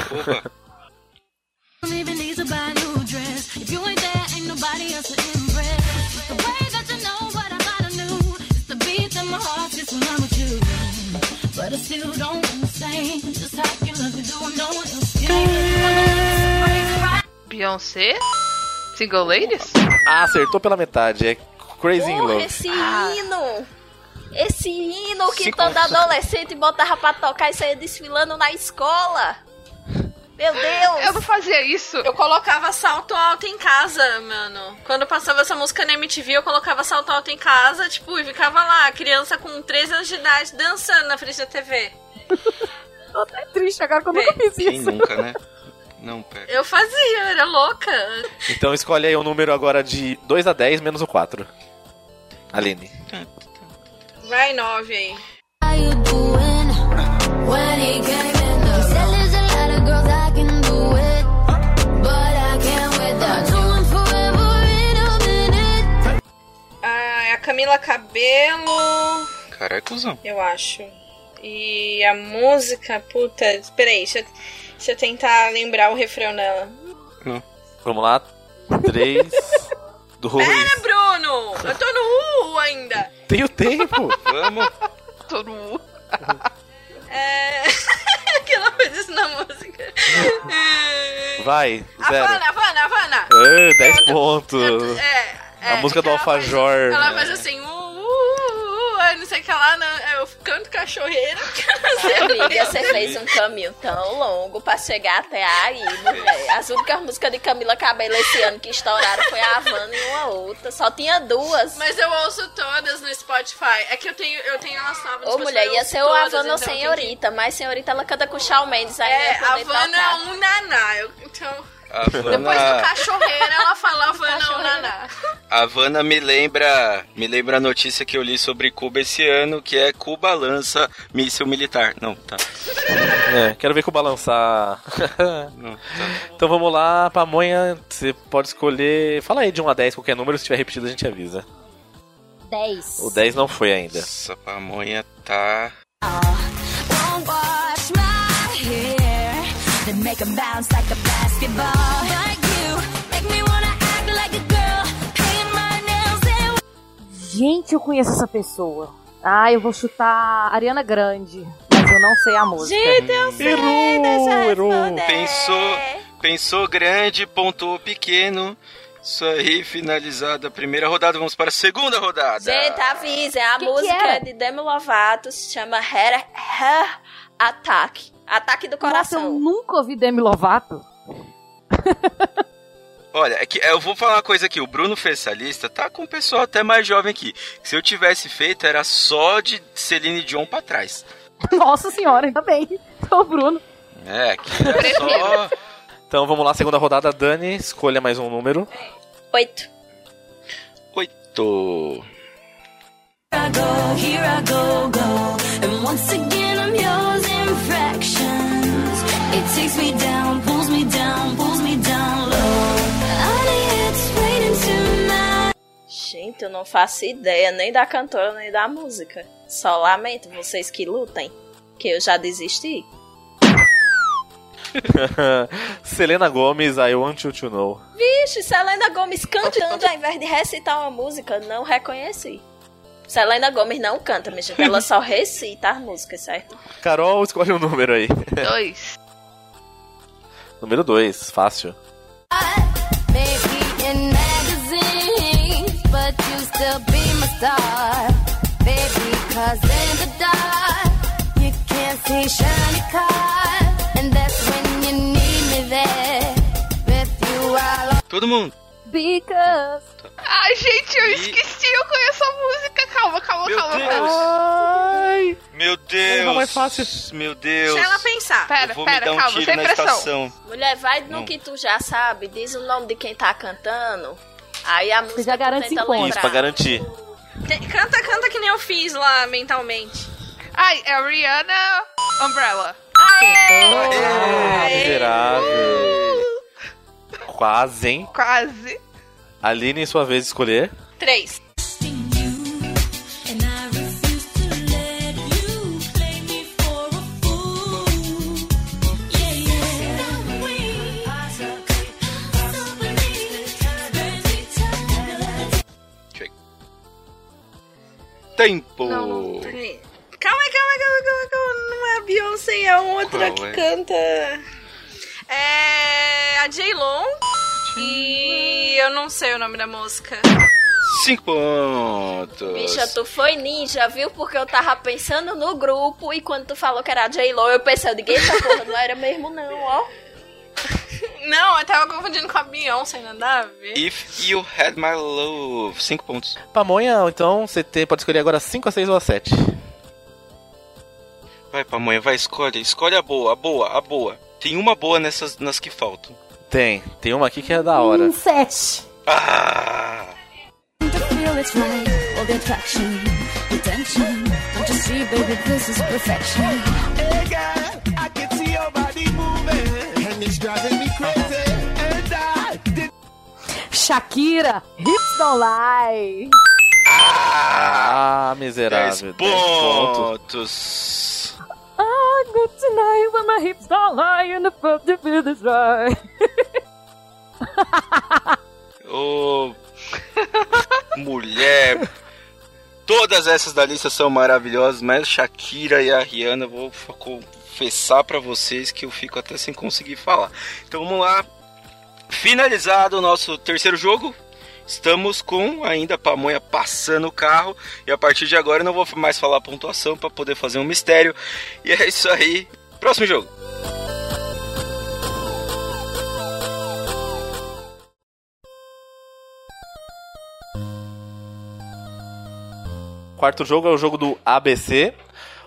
Speaker 10: Even needs to buy new dress. If you ain't there, ain't nobody else to impress. The way that you know what I might have knew. It's the beat in my heart just when I'm with you. But I still don't understand just how you look and do I'm no one else.
Speaker 8: Beyoncé? Single Ladies?
Speaker 4: Ah, acertou pela metade. É Crazy in
Speaker 7: Porra,
Speaker 4: Love.
Speaker 7: esse hino! Esse hino que
Speaker 4: Cinco
Speaker 7: toda
Speaker 4: minutos.
Speaker 7: adolescente botava pra tocar e saía desfilando na escola! Meu Deus!
Speaker 8: Eu não fazia isso.
Speaker 9: Eu colocava salto alto em casa, mano. Quando passava essa música na MTV, eu colocava salto alto em casa, tipo, e ficava lá, criança com 3 anos de idade, dançando na frente da TV.
Speaker 3: Tô até triste agora que eu nunca fiz
Speaker 2: Quem
Speaker 3: isso.
Speaker 2: nunca, né? Não, pera.
Speaker 9: Eu fazia, eu era louca.
Speaker 4: Então escolhe aí o número agora de 2 a 10 menos o 4. Aline.
Speaker 9: Vai, 9 aí.
Speaker 10: When he came in the He said there's a lot of girls I can do it But I can't without you I'm forever in a minute
Speaker 9: Ah, é a Camila Cabelo,
Speaker 2: Cara, é cuzão.
Speaker 9: eu acho. E a música, puta, peraí, deixa, eu- deixa eu tentar lembrar o refrão dela.
Speaker 4: Vamos lá. 3,
Speaker 9: [laughs]
Speaker 4: 2.
Speaker 9: Pera, Bruno! Eu tô no U ainda!
Speaker 4: Tenho tempo.
Speaker 2: Vamos.
Speaker 8: Tô no U.
Speaker 9: É. [laughs] que ela fez isso na música. É...
Speaker 4: Vai.
Speaker 9: Havana,
Speaker 4: 0.
Speaker 9: Havana, Havana!
Speaker 4: 10 É, pontos.
Speaker 9: É, é,
Speaker 4: A música do
Speaker 9: ela faz-
Speaker 4: Alfajor,
Speaker 9: Ela
Speaker 4: né?
Speaker 9: faz assim, uh, uh, uh, uh, aí não sei o que lá, né? eu canto cachorreira.
Speaker 7: Amiga, você fez um caminho tão longo pra chegar até aí, mulher. As únicas músicas de Camila Cabello esse ano que estouraram foi a Havana e uma outra. Só tinha duas.
Speaker 9: Mas eu ouço todas no Spotify. É que eu tenho, eu tenho elas novas.
Speaker 7: Ô,
Speaker 9: no
Speaker 7: mulher,
Speaker 9: Spotify, eu
Speaker 7: ia
Speaker 9: ouço
Speaker 7: ser o
Speaker 9: todas,
Speaker 7: Havana ou
Speaker 9: então tem que-
Speaker 7: Senhorita, mas Senhorita ela canta com o Shawn Mendes, aí
Speaker 9: É,
Speaker 7: é, não ia poder
Speaker 9: Havana é
Speaker 7: tocar.
Speaker 9: um naná. Eu- então,
Speaker 2: A
Speaker 9: depois do
Speaker 2: Havana,
Speaker 9: cachorreira, ela fala Havana é um naná.
Speaker 2: a Havana me lembra. Me lembra a notícia que eu li sobre Cuba esse ano, que é Cuba lança míssil militar. Não, tá.
Speaker 4: É, quero ver com balançar.
Speaker 2: Não, tá.
Speaker 4: então vamos lá, pamonha. Você pode escolher. Fala aí de 1 a 10, qualquer número. Se tiver repetido, a gente avisa.
Speaker 10: 10
Speaker 4: O 10 não foi ainda.
Speaker 2: Essa pamonha tá.
Speaker 10: Don't wash my hair Then make 'em bounce like a basketball Like you Make me wanna act like a girl Paint my nails and
Speaker 3: Gente, eu conheço essa pessoa. Ah, eu vou chutar Ariana Grande, mas eu não sei a música.
Speaker 7: Gente, eu sei,
Speaker 4: Errou,
Speaker 7: deixa eu
Speaker 4: errou.
Speaker 7: responder.
Speaker 2: Pensou. Pensou grande, pontuou pequeno. Isso aí, finalizada a primeira rodada. Vamos para a segunda rodada.
Speaker 7: Gente, avisem, a
Speaker 3: Que que
Speaker 7: música
Speaker 3: era?
Speaker 7: é de Demi Lovato se chama Hair, Hair Attack. Ataque do
Speaker 3: Nossa, eu
Speaker 7: coração.
Speaker 3: nunca ouvi Demi Lovato.
Speaker 2: Olha, é que eu vou falar uma coisa aqui. O Bruno fez essa lista, tá com o pessoal até mais jovem aqui. Se eu tivesse feito, era só de Celine Dion pra trás.
Speaker 3: [laughs] Nossa senhora, ainda bem. Então, Bruno.
Speaker 2: É, que era só.
Speaker 4: Então vamos lá, segunda rodada. Dani, escolha mais um número. [laughs]
Speaker 7: Oito.
Speaker 2: Tô.
Speaker 10: Here I go, here I go, go. And once again, I'm yours in fractions. It takes me down, pulls me down, pulls me down low. I need it's waiting tonight.
Speaker 7: Gente, eu não faço ideia nem da cantora nem da música. Só lamento vocês que lutem, que eu já desisti.
Speaker 4: Selena Gomes, I Want You To Know.
Speaker 7: Vixe, Selena Gomes cantando ao invés de recitar uma música, não reconheci. Selena Gomes não canta, minha gente, ela só [laughs] recita as músicas, certo?
Speaker 4: Carol, escolhe um número aí.
Speaker 2: [laughs]
Speaker 8: Dois.
Speaker 4: número 2, fácil.
Speaker 10: Maybe in magazines, but you still be my star. Baby, cause in the dark, you can't see shiny cars. And that's when you need me there. With you, I'll
Speaker 2: Todo mundo.
Speaker 3: Because.
Speaker 8: Ai, gente, eu
Speaker 2: E-
Speaker 8: esqueci, eu conheço a música. Calma, calma,
Speaker 2: Meu
Speaker 8: calma.
Speaker 2: Deus.
Speaker 8: calma.
Speaker 4: Ai,
Speaker 2: Meu
Speaker 8: é
Speaker 2: Deus.
Speaker 4: Não, mais fácil.
Speaker 2: Meu Deus.
Speaker 9: Deixa ela pensar.
Speaker 8: Pera,
Speaker 2: eu vou me
Speaker 8: pera,
Speaker 2: dar um
Speaker 8: calma,
Speaker 2: tiro
Speaker 8: sem
Speaker 2: na
Speaker 8: pressão.
Speaker 2: estação.
Speaker 7: Mulher, vai no
Speaker 4: Hum.
Speaker 2: Não.
Speaker 7: que tu já sabe, diz o nome de quem tá cantando. Aí a música
Speaker 3: já
Speaker 7: tu
Speaker 3: garante
Speaker 7: tenta
Speaker 3: cinco pontos.
Speaker 4: Isso,
Speaker 7: lembrar.
Speaker 4: pra garantir.
Speaker 9: Tem- Canta, canta que nem eu fiz lá mentalmente.
Speaker 8: Ai, é a Rihanna Umbrella.
Speaker 4: Ah, miserável. Quase, hein?
Speaker 8: Quase.
Speaker 4: Aline, sua vez de escolher.
Speaker 9: Três.
Speaker 10: And I refuse to let you play me for a fool. Yeah, yeah. So weak, so believe, crazy time.
Speaker 2: Tempo.
Speaker 8: Não, não
Speaker 9: Calma, calma, calma, calma, calma. Não é a Beyoncé, é a outra
Speaker 2: Qual
Speaker 9: que
Speaker 2: é?
Speaker 9: canta. É. A J-Lon. E eu não sei o nome da música.
Speaker 2: Cinco pontos.
Speaker 7: Bicha, tu foi ninja, viu? Porque eu tava pensando no grupo e quando tu falou que era a J-Lo, eu pensei, eu digo, eita porra, não era mesmo não, ó.
Speaker 9: Não, eu tava confundindo com a Beyoncé, não dá a ver.
Speaker 2: If you had my love. Cinco pontos.
Speaker 4: Pamonha, então você tem- pode escolher agora 5, a 6 ou a 7.
Speaker 2: Vai, pamonha, vai, escolhe. Escolhe a boa, a boa, a boa. Tem uma boa nessas nas que faltam.
Speaker 4: Tem, tem uma aqui que é da hora.
Speaker 3: Hum, sete.
Speaker 2: Ah!
Speaker 10: To feel it's right, all the attraction, the tension. Don't you see, baby, this is perfection.
Speaker 1: And it's driving me crazy.
Speaker 3: Shakira, Hips Don't Lie.
Speaker 4: Ah,
Speaker 2: Dez
Speaker 4: miserável. Dez pontos.
Speaker 2: pontos.
Speaker 3: I'm Ah, good tonight when my hips don't lie and the fuck to feel this right.
Speaker 2: Ô. mulher. Todas essas da lista são maravilhosas, mas Shakira e a Rihanna, eu vou fa- confessar pra vocês que eu fico até sem conseguir falar. Então vamos lá. Finalizado o nosso terceiro jogo. Estamos com ainda a pamonha passando o carro. E a partir de agora eu não vou mais falar a pontuação pra poder fazer um mistério. E é isso aí. Próximo jogo.
Speaker 4: Quarto jogo é o jogo do ABC.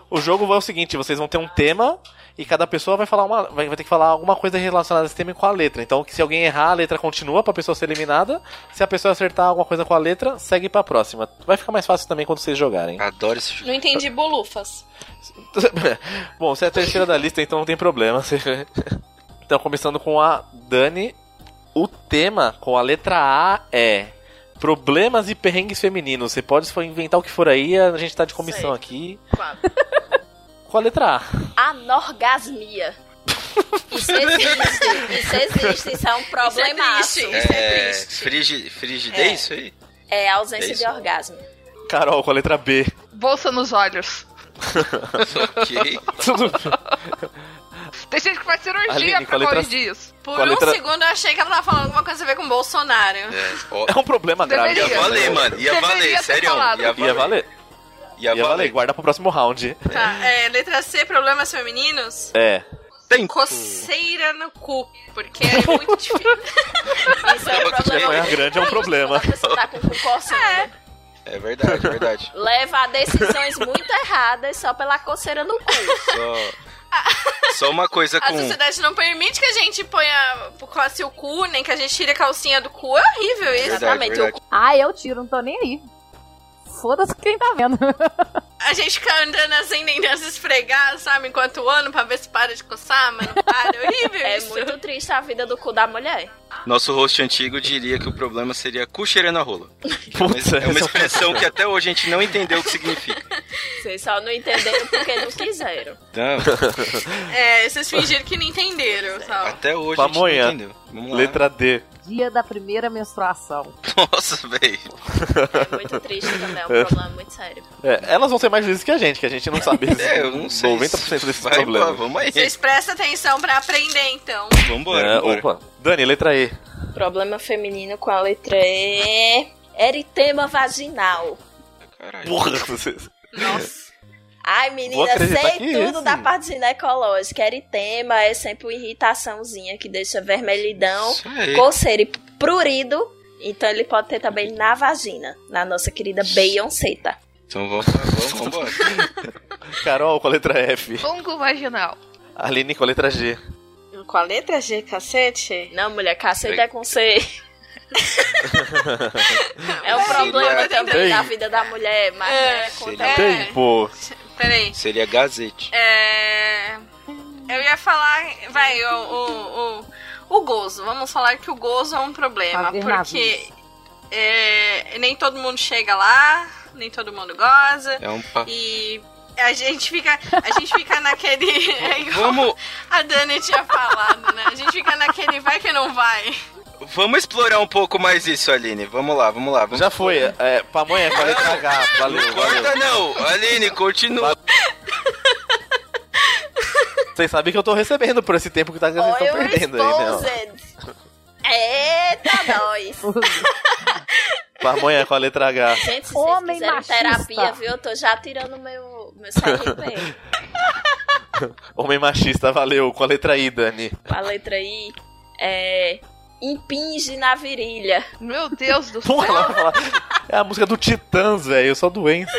Speaker 4: O jogo vai o seguinte: vocês vão ter um tema e cada pessoa vai falar uma, vai, vai ter que falar alguma coisa relacionada a esse tema e com a letra. Então, se alguém errar, a letra continua pra pessoa ser eliminada. Se a pessoa acertar alguma coisa com a letra, segue pra próxima. Vai ficar mais fácil também quando
Speaker 2: [laughs]
Speaker 4: vocês jogarem.
Speaker 2: Adoro esse jogo.
Speaker 9: Não entendi bolufas.
Speaker 4: Bom, você é a terceira da lista, então não tem problema. [laughs] Você- então, começando com a Dani. O tema com a letra A é Problemas e perrengues femininos. Você pode só inventar o que for aí, a gente tá de comissão
Speaker 7: Sei.
Speaker 4: aqui.
Speaker 7: Qual?
Speaker 4: Com a letra A.
Speaker 7: Anorgasmia. Isso existe, isso existe, isso é um problemaço.
Speaker 9: Isso é triste.
Speaker 2: É, frigi, frigidez,
Speaker 7: É.
Speaker 2: isso aí?
Speaker 7: É a ausência
Speaker 2: Isso.
Speaker 7: de orgasmo.
Speaker 4: Carol, com a letra B. [laughs]
Speaker 8: Bolsa nos olhos.
Speaker 2: Ok.
Speaker 8: Tem gente que vai cirurgia
Speaker 4: Aline,
Speaker 8: pra
Speaker 4: qual a letra-
Speaker 8: corrigir isso.
Speaker 9: Por
Speaker 4: Qual a
Speaker 9: um
Speaker 4: letra-
Speaker 9: segundo eu achei que ela tava falando alguma coisa a ver com Bolsonaro.
Speaker 2: [laughs] É, ó,
Speaker 4: é um problema grave.
Speaker 8: Deveria.
Speaker 2: ia valer, mano. Ia
Speaker 8: Deveria
Speaker 2: valer,
Speaker 8: ter
Speaker 2: sério.
Speaker 8: falado.
Speaker 2: Ia
Speaker 4: Ia
Speaker 2: valer.
Speaker 4: valer. Ia valer. Guarda pro próximo round.
Speaker 9: Tá, é, letra C, problemas femininos.
Speaker 4: É.
Speaker 2: tempo.
Speaker 9: Coceira no cu, porque é muito difícil.
Speaker 7: Isso é um problema.
Speaker 4: Vergonha grande é um problema.
Speaker 7: A pessoa tá com coceira.
Speaker 2: É verdade, é verdade.
Speaker 7: [laughs] Leva a decisões muito erradas só pela coceira no cu.
Speaker 2: Só, só uma coisa
Speaker 9: A
Speaker 2: com.
Speaker 9: sociedade não permite que a gente ponha coce o cu, nem que a gente tire a calcinha do cu. É horrível isso.
Speaker 7: Exatamente.
Speaker 2: verdade.
Speaker 7: O-
Speaker 3: Ah, eu tiro, não tô nem aí. Foda-se quem tá vendo.
Speaker 9: A gente fica andando assim, nem dança esfregar, sabe? Enquanto o ano, pra ver se para de coçar, mas não para. [laughs] É horrível
Speaker 7: É
Speaker 9: isso.
Speaker 7: muito triste a vida do cu da mulher.
Speaker 2: Nosso host antigo diria que o problema seria cu cheirando a rola.
Speaker 4: Putz,
Speaker 2: [laughs] É uma expressão que até hoje a gente não entendeu o que significa.
Speaker 7: Vocês só não entenderam porque não quiseram.
Speaker 2: Então,
Speaker 9: É, vocês fingiram que não entenderam, sabe?
Speaker 2: até hoje a gente
Speaker 4: Pamonha.
Speaker 2: não entendeu. Vamos lá.
Speaker 4: [laughs] Letra D.
Speaker 3: [laughs] Dia da primeira menstruação.
Speaker 2: [laughs] Nossa, velho.
Speaker 7: É muito triste também, é um problema muito sério.
Speaker 4: É, elas vão ser mais felizes que a gente, que a gente não sabe.
Speaker 2: [laughs] É, eu não sei.
Speaker 4: 90% desses
Speaker 2: Vai,
Speaker 4: problemas.
Speaker 2: pô, Vamos aí.
Speaker 9: Vocês prestam atenção pra aprender, então.
Speaker 2: Vambora,
Speaker 4: É,
Speaker 2: vambora.
Speaker 4: opa. Dani, letra E.
Speaker 7: Problema feminino com a letra E. Eritema vaginal.
Speaker 2: Caralho.
Speaker 4: Porra, [laughs] vocês.
Speaker 7: Ai,
Speaker 4: Vou
Speaker 7: menina,
Speaker 4: acreditar
Speaker 7: sei
Speaker 4: que
Speaker 7: tudo
Speaker 4: esse-
Speaker 7: da parte ginecológica. Eritema é sempre uma irritaçãozinha que deixa vermelhidão,
Speaker 2: Sei.
Speaker 7: coceira e prurido. Então ele pode ter também na vagina, na nossa querida Beyoncéta.
Speaker 2: Então vamos, vamos, vambora.
Speaker 4: Carol com a letra F.
Speaker 8: Fungo vaginal.
Speaker 4: Aline com a letra G.
Speaker 9: Com a letra G, cacete?
Speaker 7: Não, mulher, cacete é com C. é um
Speaker 2: Mas
Speaker 7: problema
Speaker 2: seria-
Speaker 7: também
Speaker 4: Ei.
Speaker 7: da vida da mulher, mas
Speaker 9: É.
Speaker 7: é, conta
Speaker 2: Seria-
Speaker 9: É.
Speaker 4: Tempo.
Speaker 9: Peraí.
Speaker 2: Seria gazete.
Speaker 9: É. Eu ia falar. Vai, o, o, o, o gozo. Vamos falar que o gozo é um problema.
Speaker 3: Fazer
Speaker 9: Porque é, nem todo mundo chega lá, nem todo mundo goza.
Speaker 2: É um papo.
Speaker 9: E a gente fica. A gente fica naquele. É igual
Speaker 2: Vamos,
Speaker 9: a Dani tinha falado, né? A gente fica naquele vai que não vai.
Speaker 2: vamos explorar um pouco mais isso, Aline. Vamos lá, vamos lá. Vamos...
Speaker 4: Já foi. É, pamonha com a letra H. Valeu, valeu.
Speaker 2: Corta não, Aline, continua.
Speaker 4: Vocês sabem que eu tô recebendo por esse tempo que tá, vocês estão
Speaker 7: Oil
Speaker 4: perdendo aí, né?
Speaker 7: Exposed. Eita, nós.
Speaker 4: ó. Pamonha com a letra H.
Speaker 7: Gente, se vocês
Speaker 3: Homem
Speaker 7: quiserem
Speaker 3: machista.
Speaker 7: terapia, viu? Eu tô já tirando meu, meu saquinho
Speaker 4: Homem machista, valeu. Com a letra I, Dani.
Speaker 7: com a letra I. É... Impinge na virilha.
Speaker 8: Meu
Speaker 2: [laughs]
Speaker 8: Deus do céu.
Speaker 4: Porra, ela vai falar. É a música do Titãs, velho. Eu sou doença.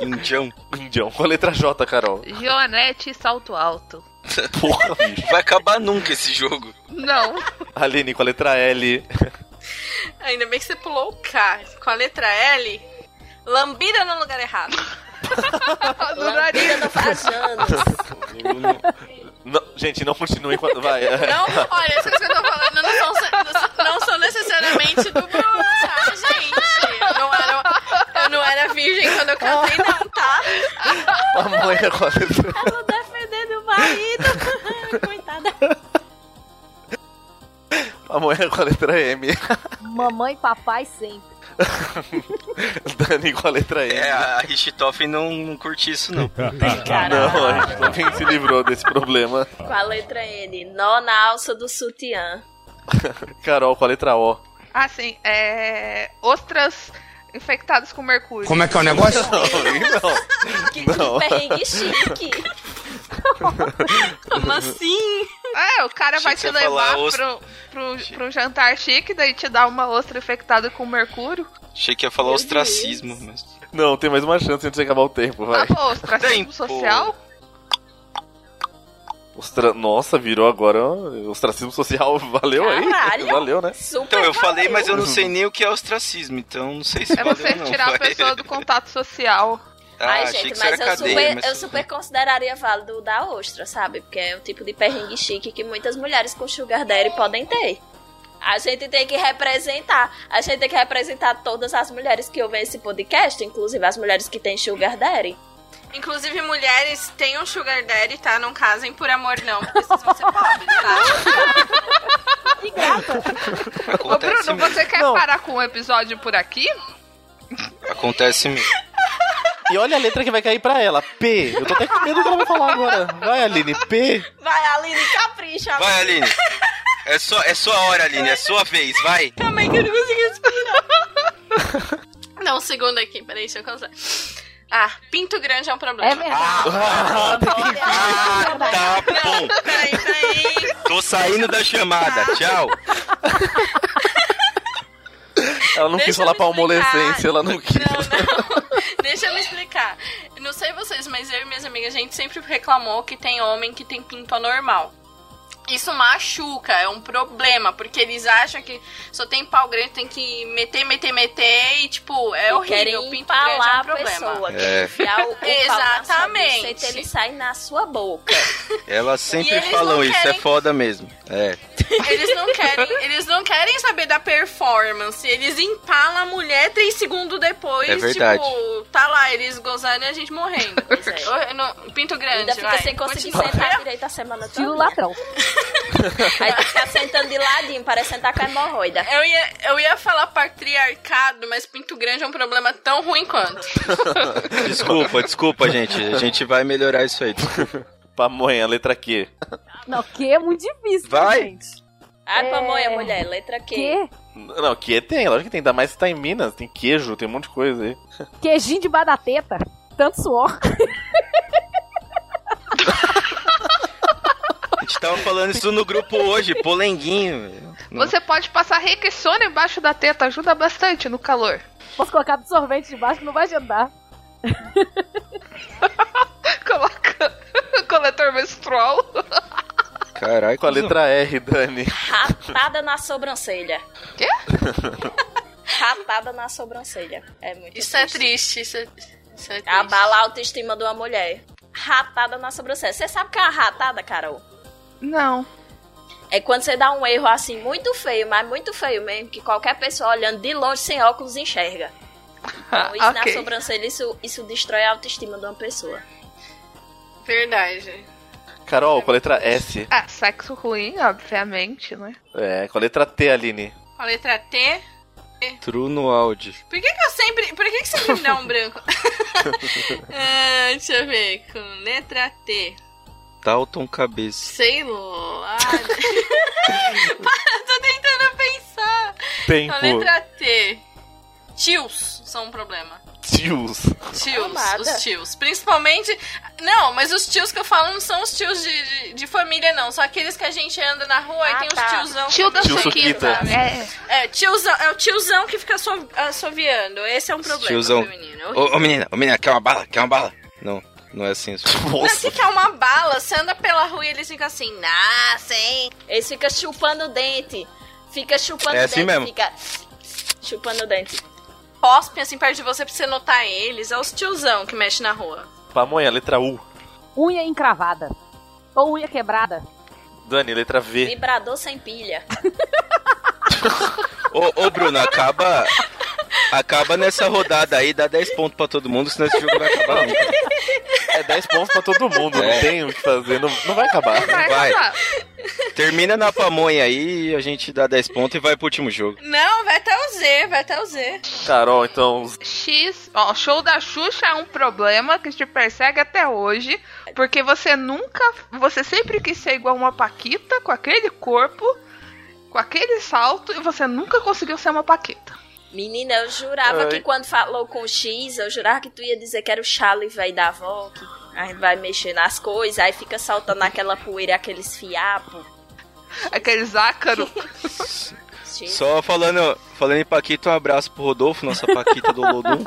Speaker 2: Indião.
Speaker 4: Indião. Com a letra J, Carol.
Speaker 8: Gionete salto alto.
Speaker 4: Porra, bicho.
Speaker 2: Vai acabar nunca esse jogo. [laughs]
Speaker 8: Não.
Speaker 4: Aline com a letra L.
Speaker 9: Ainda bem que você pulou o K. Com a letra L, lambida no lugar errado.
Speaker 8: no
Speaker 7: Lambida
Speaker 8: nariz.
Speaker 7: no vajanos.
Speaker 4: Não, gente, não continue com a... Vai. é.
Speaker 9: Não, olha, essas coisas que eu tô falando não são, não são necessariamente do Bruno, tá, gente? Eu não, era, eu não era virgem quando eu casei, não, tá?
Speaker 4: Pamonha com a letra...
Speaker 7: Tô tá defendendo o marido. Coitada.
Speaker 4: Pamonha com a letra M.
Speaker 3: [laughs] Mamãe, papai sempre.
Speaker 4: Dani com a letra M.
Speaker 2: É, a Richtofen não, não curte isso, não.
Speaker 4: Ah, Não,
Speaker 7: Caralho.
Speaker 4: a gente também se livrou desse problema.
Speaker 7: Com a letra N. Nó na alça do sutiã.
Speaker 4: Carol com a letra O.
Speaker 8: Ah, sim. É. Ostras infectadas com mercúrio.
Speaker 1: Como é que é o negócio?
Speaker 4: Não, não.
Speaker 7: Que,
Speaker 4: Não.
Speaker 7: que perrengue chique.
Speaker 4: [laughs]
Speaker 9: Como assim?
Speaker 8: É, o cara
Speaker 2: Achei
Speaker 8: vai
Speaker 2: que
Speaker 8: te
Speaker 2: você ia falar
Speaker 8: levar
Speaker 2: ostra.
Speaker 8: pro, pro, pro jantar chique, daí te dá uma ostra infectada com mercúrio.
Speaker 2: Achei que ia falar ostracismo, mas.
Speaker 4: Não, tem mais uma chance antes de acabar o tempo, vai.
Speaker 8: Ah, pô, ostracismo
Speaker 2: Tempo.
Speaker 8: social?
Speaker 4: Ostra... Nossa, virou agora. ó, Ostracismo social, valeu
Speaker 7: Caralho.
Speaker 4: aí? Valeu, né?
Speaker 7: Super
Speaker 2: Então, eu falei,
Speaker 7: valeu.
Speaker 2: mas eu não sei nem o que é ostracismo, então não sei se
Speaker 8: É
Speaker 2: valeu,
Speaker 8: você
Speaker 2: não,
Speaker 8: tirar a
Speaker 2: vai.
Speaker 8: pessoa do contato social.
Speaker 2: Ah,
Speaker 7: Ai,
Speaker 2: achei
Speaker 7: gente,
Speaker 2: que
Speaker 7: mas, eu,
Speaker 2: isso era cadeia,
Speaker 7: super,
Speaker 2: mas
Speaker 7: eu super consideraria válido o da ostra, sabe? Porque é o tipo de perrengue chique que muitas mulheres com sugar daddy podem ter. A gente tem que representar. A gente tem que representar todas as mulheres que ouvem esse podcast, inclusive as mulheres que têm sugar daddy.
Speaker 9: Inclusive, mulheres tenham sugar daddy, tá? Não casem por amor, não, porque vocês vão ser pobres, tá?
Speaker 8: Ô,
Speaker 2: acontece
Speaker 8: Bruno,
Speaker 2: mesmo.
Speaker 8: você quer
Speaker 4: Não.
Speaker 8: parar com o episódio por aqui?
Speaker 2: Acontece mesmo.
Speaker 4: E olha a letra que vai cair pra ela. P. Eu tô até com medo do que ela vai falar agora. Vai, Aline. P.
Speaker 7: Vai, Aline, capricha.
Speaker 2: Vai, Aline. É sua, é sua hora, Aline, é sua vez, vai.
Speaker 9: Calma aí que eu não consigo respirar. Não, um segundo aqui, peraí, deixa eu cansar. Ah, pinto grande é um problema.
Speaker 3: É verdade.
Speaker 4: Ah, tem que-
Speaker 2: Tá bom. Tô saindo da chamada. Tchau.
Speaker 4: Ela não
Speaker 9: Deixa
Speaker 4: quis
Speaker 9: eu
Speaker 4: falar
Speaker 9: me
Speaker 4: pra homolescência,
Speaker 9: explicar. né?
Speaker 4: ela não quis.
Speaker 9: Deixa eu me explicar. Eu Não sei vocês, mas eu e minhas amigas, a gente sempre reclamou que tem homem que tem pinto anormal. Isso machuca, é um problema, porque eles acham que só tem pau grande, tem que meter, meter, meter, e tipo, é
Speaker 7: E
Speaker 9: horrível.
Speaker 7: querem
Speaker 9: pinto grande é
Speaker 7: empalar
Speaker 9: um
Speaker 7: a
Speaker 9: problema.
Speaker 7: pessoa,
Speaker 2: É.
Speaker 7: enfiar o, o
Speaker 9: Exatamente.
Speaker 7: Pau na sua buceta, ele sai na sua boca.
Speaker 2: Elas
Speaker 9: E
Speaker 2: sempre
Speaker 9: eles
Speaker 2: falam
Speaker 9: não
Speaker 2: isso, é
Speaker 9: querem-
Speaker 2: foda mesmo. É.
Speaker 9: Eles não querem, eles não querem saber da performance. Eles empalam a mulher três segundos depois,
Speaker 2: É verdade.
Speaker 9: tipo, tá lá, eles gozando e a gente morrendo. é. Eu não- Pinto grande,
Speaker 7: Ainda fica
Speaker 9: vai.
Speaker 7: sem conseguir
Speaker 9: Continua. [laughs]
Speaker 7: sentar direito a semana toda.
Speaker 9: Estilo
Speaker 7: ladrão. Aí fica sentando de ladinho, parece sentar com a hemorroida.
Speaker 9: Eu ia, eu ia falar patriarcado, mas pinto grande é um problema tão ruim quanto.
Speaker 2: Desculpa, desculpa, gente. A gente vai melhorar isso aí.
Speaker 4: Pamonha, letra Q.
Speaker 3: Não, que é muito difícil, Vai. gente.
Speaker 7: Ai,
Speaker 3: É.
Speaker 7: pamonha, mulher, letra Q.
Speaker 3: Que?
Speaker 4: Não, Q tem, lógico que tem. Ainda mais se tá em Minas, tem queijo, tem um monte de coisa aí.
Speaker 3: Queijinho de da teta. Tanto suor.
Speaker 2: A gente tava falando isso no grupo hoje, polenguinho. velho. Não-
Speaker 8: Você pode passar requesona embaixo da teta, ajuda bastante no calor. [laughs]
Speaker 3: Posso colocar absorvente debaixo que não vai adiantar.
Speaker 8: Coloca [laughs] coletor menstrual.
Speaker 2: Caralho,
Speaker 4: com a letra R, Dani.
Speaker 7: Ratada na sobrancelha.
Speaker 8: Quê?
Speaker 7: [laughs] Ratada na sobrancelha. É muito
Speaker 9: Isso é triste, isso é, isso é triste.
Speaker 7: Abala a autoestima de uma mulher. Ratada na sobrancelha. Você sabe o que é uma ratada, Carol?
Speaker 8: Não.
Speaker 7: É quando você dá um erro assim muito feio, mas muito feio mesmo, que qualquer pessoa olhando de longe sem óculos enxerga. Então, isso
Speaker 9: [laughs]
Speaker 7: na
Speaker 8: ok.
Speaker 7: sobrancelha, isso, isso destrói a autoestima de uma pessoa.
Speaker 9: Verdade.
Speaker 4: Carol, com a letra S.
Speaker 8: Ah, sexo ruim, obviamente, né?
Speaker 4: É, com a letra T, Aline.
Speaker 9: A letra T.
Speaker 2: True no áudio.
Speaker 9: Por que, que eu sempre. Por que, que sempre me dá um [laughs] branco? Ah, deixa eu ver. Com letra T.
Speaker 2: Dalton Cabeça.
Speaker 9: Sei lá. [laughs] Para, eu tô tentando pensar.
Speaker 4: Tempo.
Speaker 9: A letra T. Tios são um problema.
Speaker 4: Tios.
Speaker 9: Tios,
Speaker 7: Amada.
Speaker 9: os tios. Principalmente. Não, mas os tios que eu falo não são os tios de, de, de família, não. São aqueles que a gente anda na rua e
Speaker 7: Ah,
Speaker 9: tem os
Speaker 7: tá.
Speaker 9: tiozão.
Speaker 8: Tio da
Speaker 4: Tio Suquita.
Speaker 9: sabe? É, tiozão, é o tiozão que fica assovi- assoviando. Esse é um problema.
Speaker 2: Tiozão.
Speaker 9: pra menino, é
Speaker 2: Ô,
Speaker 9: horrível.
Speaker 2: ô, menina, ô menina, quer uma bala? Quer uma bala? Não, não é assim. isso.
Speaker 9: Mas se quer uma bala, você anda pela rua e eles ficam assim, nossa, hein?
Speaker 7: Eles ficam chupando o dente. Fica chupando
Speaker 2: É
Speaker 7: o
Speaker 2: assim
Speaker 7: dente.
Speaker 2: mesmo.
Speaker 7: Fica chupando o dente.
Speaker 9: Pospem assim perto de você pra você notar eles. É os tiozão que mexe na rua.
Speaker 4: Pamonha, letra U.
Speaker 3: Unha encravada. Ou unha quebrada.
Speaker 4: Dani, letra V.
Speaker 7: Vibrador sem pilha.
Speaker 2: Ô, ô, Bruno, acaba. Acaba nessa rodada aí, dá 10 pontos pra todo mundo, senão esse jogo vai acabar nunca.
Speaker 4: É 10 pontos pra todo mundo,
Speaker 2: É.
Speaker 4: não tem o que fazer, não, não vai acabar.
Speaker 2: Vai.
Speaker 8: acabar.
Speaker 2: Termina na pamonha aí, a gente dá 10 pontos e vai pro último jogo.
Speaker 9: Não, vai até o Z, vai até o Z.
Speaker 4: Carol, então.
Speaker 8: X, ó, o show da Xuxa é um problema que te persegue até hoje, porque você nunca, você sempre quis ser igual uma Paquita, com aquele corpo, com aquele salto, e você nunca conseguiu ser uma Paquita.
Speaker 7: Menina, eu jurava
Speaker 4: Ai.
Speaker 7: que quando falou com o X, eu jurava que tu ia dizer que era o Charlie, velho da avó, que aí vai mexer nas coisas, aí fica saltando aquela poeira, aqueles fiapos.
Speaker 4: [laughs]
Speaker 8: Aquele zácaro.
Speaker 2: Só falando, falando em Paquita, um abraço pro Rodolfo, nossa Paquita do Lodum.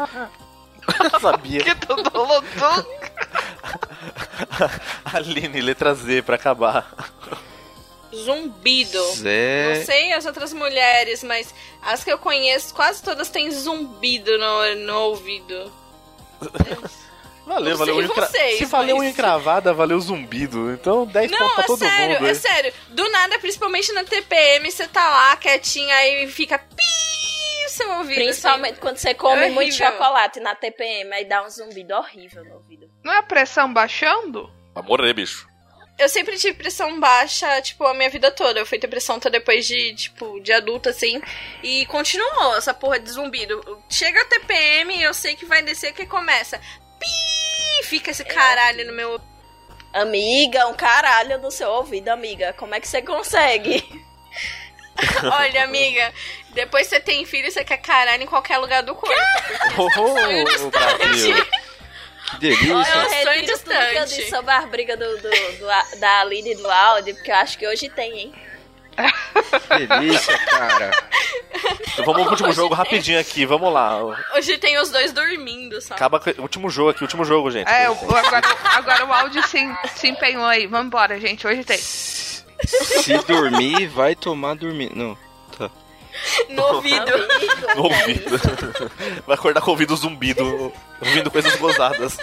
Speaker 4: Sabia.
Speaker 8: que todo lodum.
Speaker 4: Aline, letra Z pra acabar.
Speaker 9: Zumbido. Não
Speaker 2: Zé.
Speaker 9: sei as outras mulheres, mas as que eu conheço, quase todas têm zumbido no, no ouvido.
Speaker 4: Valeu,
Speaker 9: Não
Speaker 4: valeu.
Speaker 9: sei
Speaker 4: unha encra-
Speaker 9: vocês,
Speaker 4: Se valeu
Speaker 9: mas-
Speaker 4: unha encravada, valeu zumbido. Então 10 pontos
Speaker 9: Não,
Speaker 4: pra
Speaker 9: é
Speaker 4: todo
Speaker 9: sério,
Speaker 4: mundo.
Speaker 9: é
Speaker 4: hein?
Speaker 9: sério. Do nada, principalmente na TPM, você tá lá quietinha aí fica pi seu ouvido.
Speaker 7: Principalmente quando você come
Speaker 9: É
Speaker 7: muito
Speaker 9: horrível.
Speaker 7: chocolate na TPM, aí dá um zumbido horrível no ouvido.
Speaker 8: Não é a pressão baixando?
Speaker 4: Amor aí, [laughs] bicho.
Speaker 9: assim. Eu sempre tive pressão baixa, tipo, a minha vida toda. Eu fui ter pressão até depois de, tipo, de adulta, assim. E continuou essa porra de zumbido. Chega a TPM, eu sei que vai descer que começa. Pi! Fica esse caralho no
Speaker 4: [laughs]
Speaker 9: meu
Speaker 7: Amiga, um caralho no seu ouvido, amiga. Como é que você consegue?
Speaker 9: Olha, amiga, depois você tem filho, você quer caralho em qualquer lugar do corpo.
Speaker 4: Oh, Brasil.
Speaker 2: Que delícia.
Speaker 7: Eu
Speaker 12: Nossa, é
Speaker 7: retiro tudo que eu
Speaker 12: distante.
Speaker 7: disse sobre a briga do, do, do- da Aline e do Aldi, porque eu acho que hoje tem, hein?
Speaker 2: Que delícia, cara.
Speaker 4: Então vamos pro último jogo rapidinho aqui, vamos lá.
Speaker 12: Hoje tem os dois dormindo só.
Speaker 4: Acaba com o último jogo aqui, último jogo, gente.
Speaker 8: É, o- o- agora, agora o áudio se, se empenhou aí. Vambora, gente. Hoje tem.
Speaker 2: Se dormir, vai tomar dormir. Não. Tá.
Speaker 12: No ouvido.
Speaker 4: No ouvido. [laughs] Vai acordar com o ouvido zumbido, ouvindo coisas gozadas.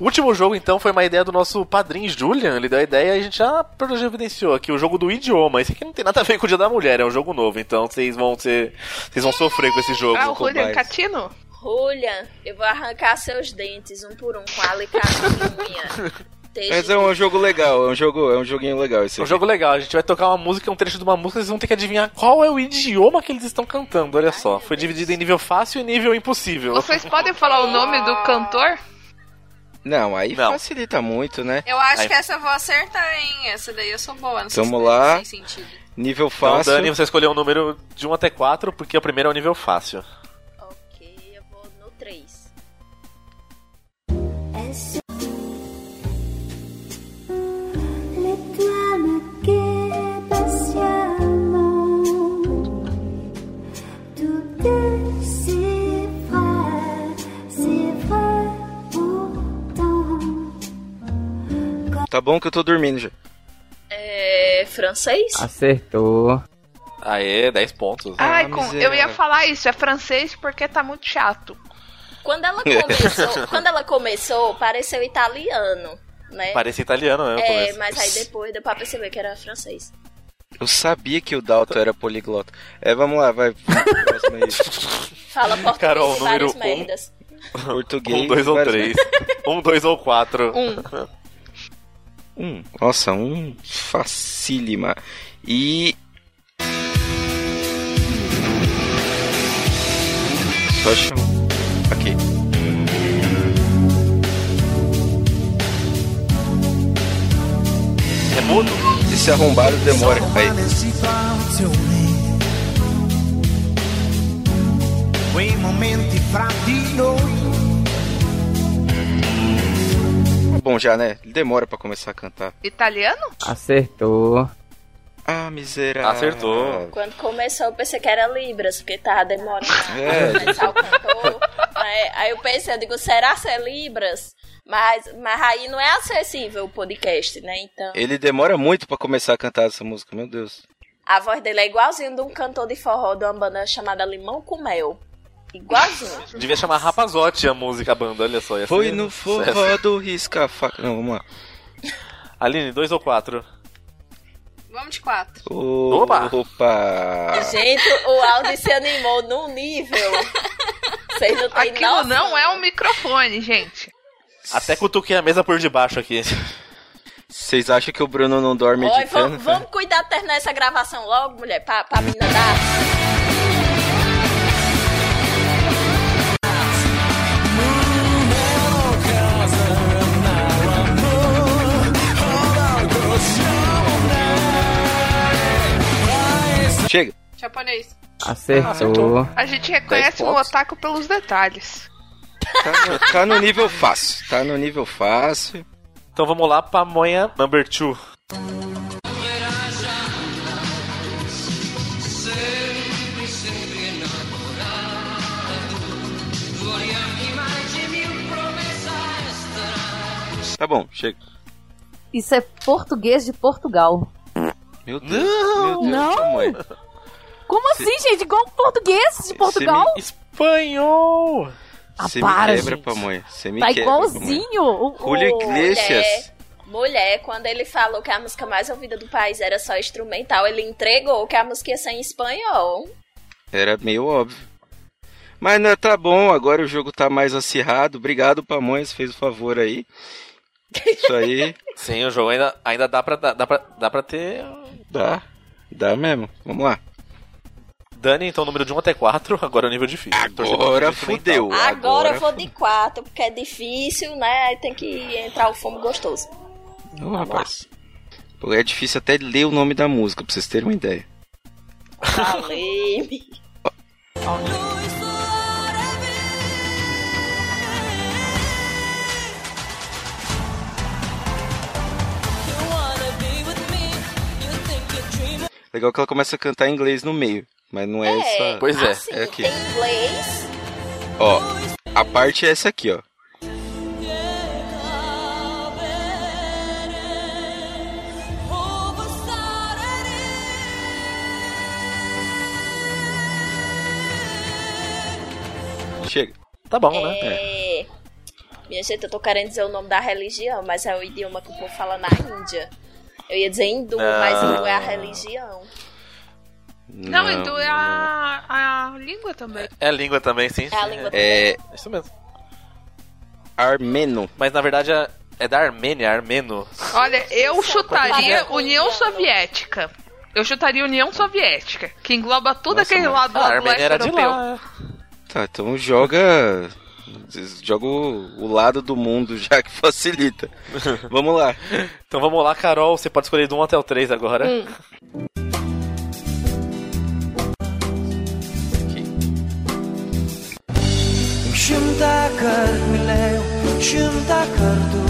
Speaker 4: O último jogo, então, foi uma ideia do nosso padrinho Julian. Ele deu a ideia e a gente já já evidenciou aqui o jogo do idioma. Esse aqui não tem nada a ver com o Dia da Mulher, é um jogo novo. Então vocês vão ser, vocês vão sofrer com esse jogo.
Speaker 8: Ah, o
Speaker 4: com
Speaker 8: Julian
Speaker 4: mais.
Speaker 8: Catino?
Speaker 7: Julian, eu vou arrancar seus dentes um por um com alicate e
Speaker 4: [laughs]
Speaker 7: unha. Tejinho.
Speaker 2: Mas é um jogo legal, é um jogo, é um joguinho legal esse.
Speaker 4: É um
Speaker 2: aqui.
Speaker 4: jogo legal, a gente vai tocar uma música, um trecho de uma música, vocês vão ter que adivinhar qual é o idioma que eles estão cantando, olha só. Foi dividido em nível fácil e nível impossível. Então,
Speaker 8: Vocês podem falar o nome do cantor?
Speaker 2: Não, aí
Speaker 4: Não.
Speaker 2: facilita muito, né?
Speaker 12: Eu acho
Speaker 4: Aí-
Speaker 12: que essa eu vou acertar, hein? Essa daí eu sou boa. Não sei
Speaker 2: Tamo
Speaker 12: se
Speaker 2: lá.
Speaker 12: Sem sentido.
Speaker 2: Nível
Speaker 4: Então,
Speaker 2: fácil.
Speaker 4: Dani, você escolheu um número de 1 até 4, porque o primeiro é o nível fácil.
Speaker 7: Ok, eu vou no 3.
Speaker 10: Est-ce l'étoile guette patiemment Toutes c'est vrai, c'est vrai pourtant
Speaker 2: Tá bom que eu tô dormindo já.
Speaker 7: É. francês?
Speaker 4: Ah,
Speaker 13: Acertou.
Speaker 4: Aê, 10 pontos.
Speaker 8: Ai, com- eu ia
Speaker 2: miséria.
Speaker 8: falar isso. É francês porque tá muito chato.
Speaker 7: Quando ela
Speaker 4: [laughs]
Speaker 7: começou, quando ela começou, pareceu italiano, né?
Speaker 4: Parece italiano, né? no
Speaker 7: É,
Speaker 4: começo.
Speaker 7: mas aí depois deu pra perceber que era francês.
Speaker 2: Eu sabia que o Dalton era poliglota. É, vamos lá, vai. Próximo aí.
Speaker 7: Fala português
Speaker 4: Carol,
Speaker 7: e várias
Speaker 4: número um.
Speaker 7: merdas.
Speaker 2: Português.
Speaker 4: [laughs] Um, dois ou
Speaker 2: vários- né?
Speaker 4: três. um, dois ou quatro.
Speaker 8: Um.
Speaker 2: Um. Nossa, um facílima. E. Só chamar. Aqui.
Speaker 4: É mudo?
Speaker 2: Esse arrombado demora. Aí.
Speaker 1: Quei momenti fra di noi.
Speaker 2: Tá Bom, já, né? Ele demora pra começar a cantar.
Speaker 8: Italiano?
Speaker 13: Acertou.
Speaker 2: Ah, miserável.
Speaker 4: Acertou.
Speaker 7: Quando começou, eu pensei que era Libras, porque tava demorando
Speaker 2: É.
Speaker 7: pra começar o cantor. Aí, aí eu pensei, eu digo, será que é Libras? Mas, mas aí não é acessível o podcast, né? Então,
Speaker 2: Ele demora muito pra começar a cantar essa música, meu Deus.
Speaker 7: a voz dele é igualzinho de um cantor de forró de uma banda chamada Limão com Mel. Igualzinho.
Speaker 4: Devia chamar Rapazote a música, a banda, olha só. ia
Speaker 2: Foi
Speaker 4: ser
Speaker 2: no
Speaker 4: sucesso.
Speaker 2: forró do risca faca. Não, vamos lá.
Speaker 4: Aline, dois ou quatro?
Speaker 12: Vamos de quatro.
Speaker 2: O-
Speaker 4: Opa!
Speaker 2: Opa!
Speaker 7: Gente, o Aldi se animou num nível. Vocês não têm
Speaker 8: Aquilo
Speaker 7: noção.
Speaker 8: não é um microfone, gente.
Speaker 4: Até cutuquei a mesa por debaixo aqui.
Speaker 2: Vocês acham que o Bruno não dorme
Speaker 7: Oi,
Speaker 2: editando?
Speaker 7: vamos, vamos cuidar de terminar essa gravação logo, mulher, pra, pra menina dar.
Speaker 2: Chega.
Speaker 12: Japonês.
Speaker 13: Acertou.
Speaker 8: Ah, então, A gente reconhece
Speaker 2: Dez
Speaker 8: o
Speaker 2: pontos.
Speaker 8: otaku pelos detalhes.
Speaker 2: Tá no, tá no nível fácil. Tá no nível fácil.
Speaker 4: Então vamos lá, pamonha number two.
Speaker 2: Tá bom, chega.
Speaker 14: Isso é português de Portugal.
Speaker 2: Meu Deus. Não! Meu Deus,
Speaker 14: Não!
Speaker 2: tamanho.
Speaker 14: Como assim, gente? Igual português de Portugal?
Speaker 2: me-
Speaker 4: Espanhol!
Speaker 14: Ah,
Speaker 2: Você me
Speaker 14: para,
Speaker 2: quebra,
Speaker 14: gente.
Speaker 2: pamonha. Você me
Speaker 14: Tá
Speaker 2: quebra. pamonha.
Speaker 14: igualzinho. O, o-
Speaker 2: Julio Iglesias.
Speaker 7: Mulher, quando ele falou que a música mais ouvida do país era só instrumental, ele entregou que a música ia ser em espanhol.
Speaker 2: Era meio óbvio. Mas né, tá bom, agora o jogo tá mais acirrado. Obrigado, Pamonhas, fez o favor aí. Isso aí,
Speaker 4: Sim, o jogo ainda, ainda dá, pra, dá, dá pra. Dá pra ter.
Speaker 2: dá. Dá mesmo. Vamos lá.
Speaker 4: Dani, então número de 1 até 4, [laughs] agora é o nível difícil.
Speaker 2: Agora fudeu.
Speaker 7: Agora eu vou de quatro, porque é difícil, né? Aí tem que entrar o fumo gostoso.
Speaker 2: Não, rapaz. Pô, é difícil até ler o nome da música, pra vocês terem uma ideia.
Speaker 7: Falei.
Speaker 2: Legal que ela começa a cantar em inglês no meio, mas não é, essa.
Speaker 4: Pois é.
Speaker 2: é aqui.
Speaker 7: Tem Assim, inglês.
Speaker 2: Ó, a parte é essa aqui, ó. Chega.
Speaker 4: Tá bom, né?
Speaker 7: É... Minha gente, eu tô querendo dizer o nome da religião, mas é o idioma que o povo fala na Índia. Eu ia dizer hindu,
Speaker 2: Ah.
Speaker 7: mas hindu é a religião.
Speaker 8: Não, então é a, a língua também.
Speaker 4: É a língua também, sim.
Speaker 7: É a língua
Speaker 2: É-
Speaker 4: É isso mesmo.
Speaker 2: Armeno.
Speaker 4: Mas na verdade é, é da Armênia, armeno.
Speaker 8: Olha, eu
Speaker 9: é
Speaker 8: chutaria
Speaker 4: Propaganda.
Speaker 8: União Soviética. Eu chutaria União Soviética, que engloba tudo
Speaker 2: Nossa,
Speaker 8: aquele
Speaker 2: mas-
Speaker 8: lado
Speaker 4: Ah, a
Speaker 8: lá do leste
Speaker 4: Armênia era de
Speaker 8: europeu.
Speaker 4: lá.
Speaker 2: Tá, então joga. Joga o, o lado do mundo já que facilita. vamos lá.
Speaker 4: Então vamos lá, Carol, você pode escolher do 1 até o 3 agora.
Speaker 2: Hum.
Speaker 15: Shimta kartmileu, shimta kartu,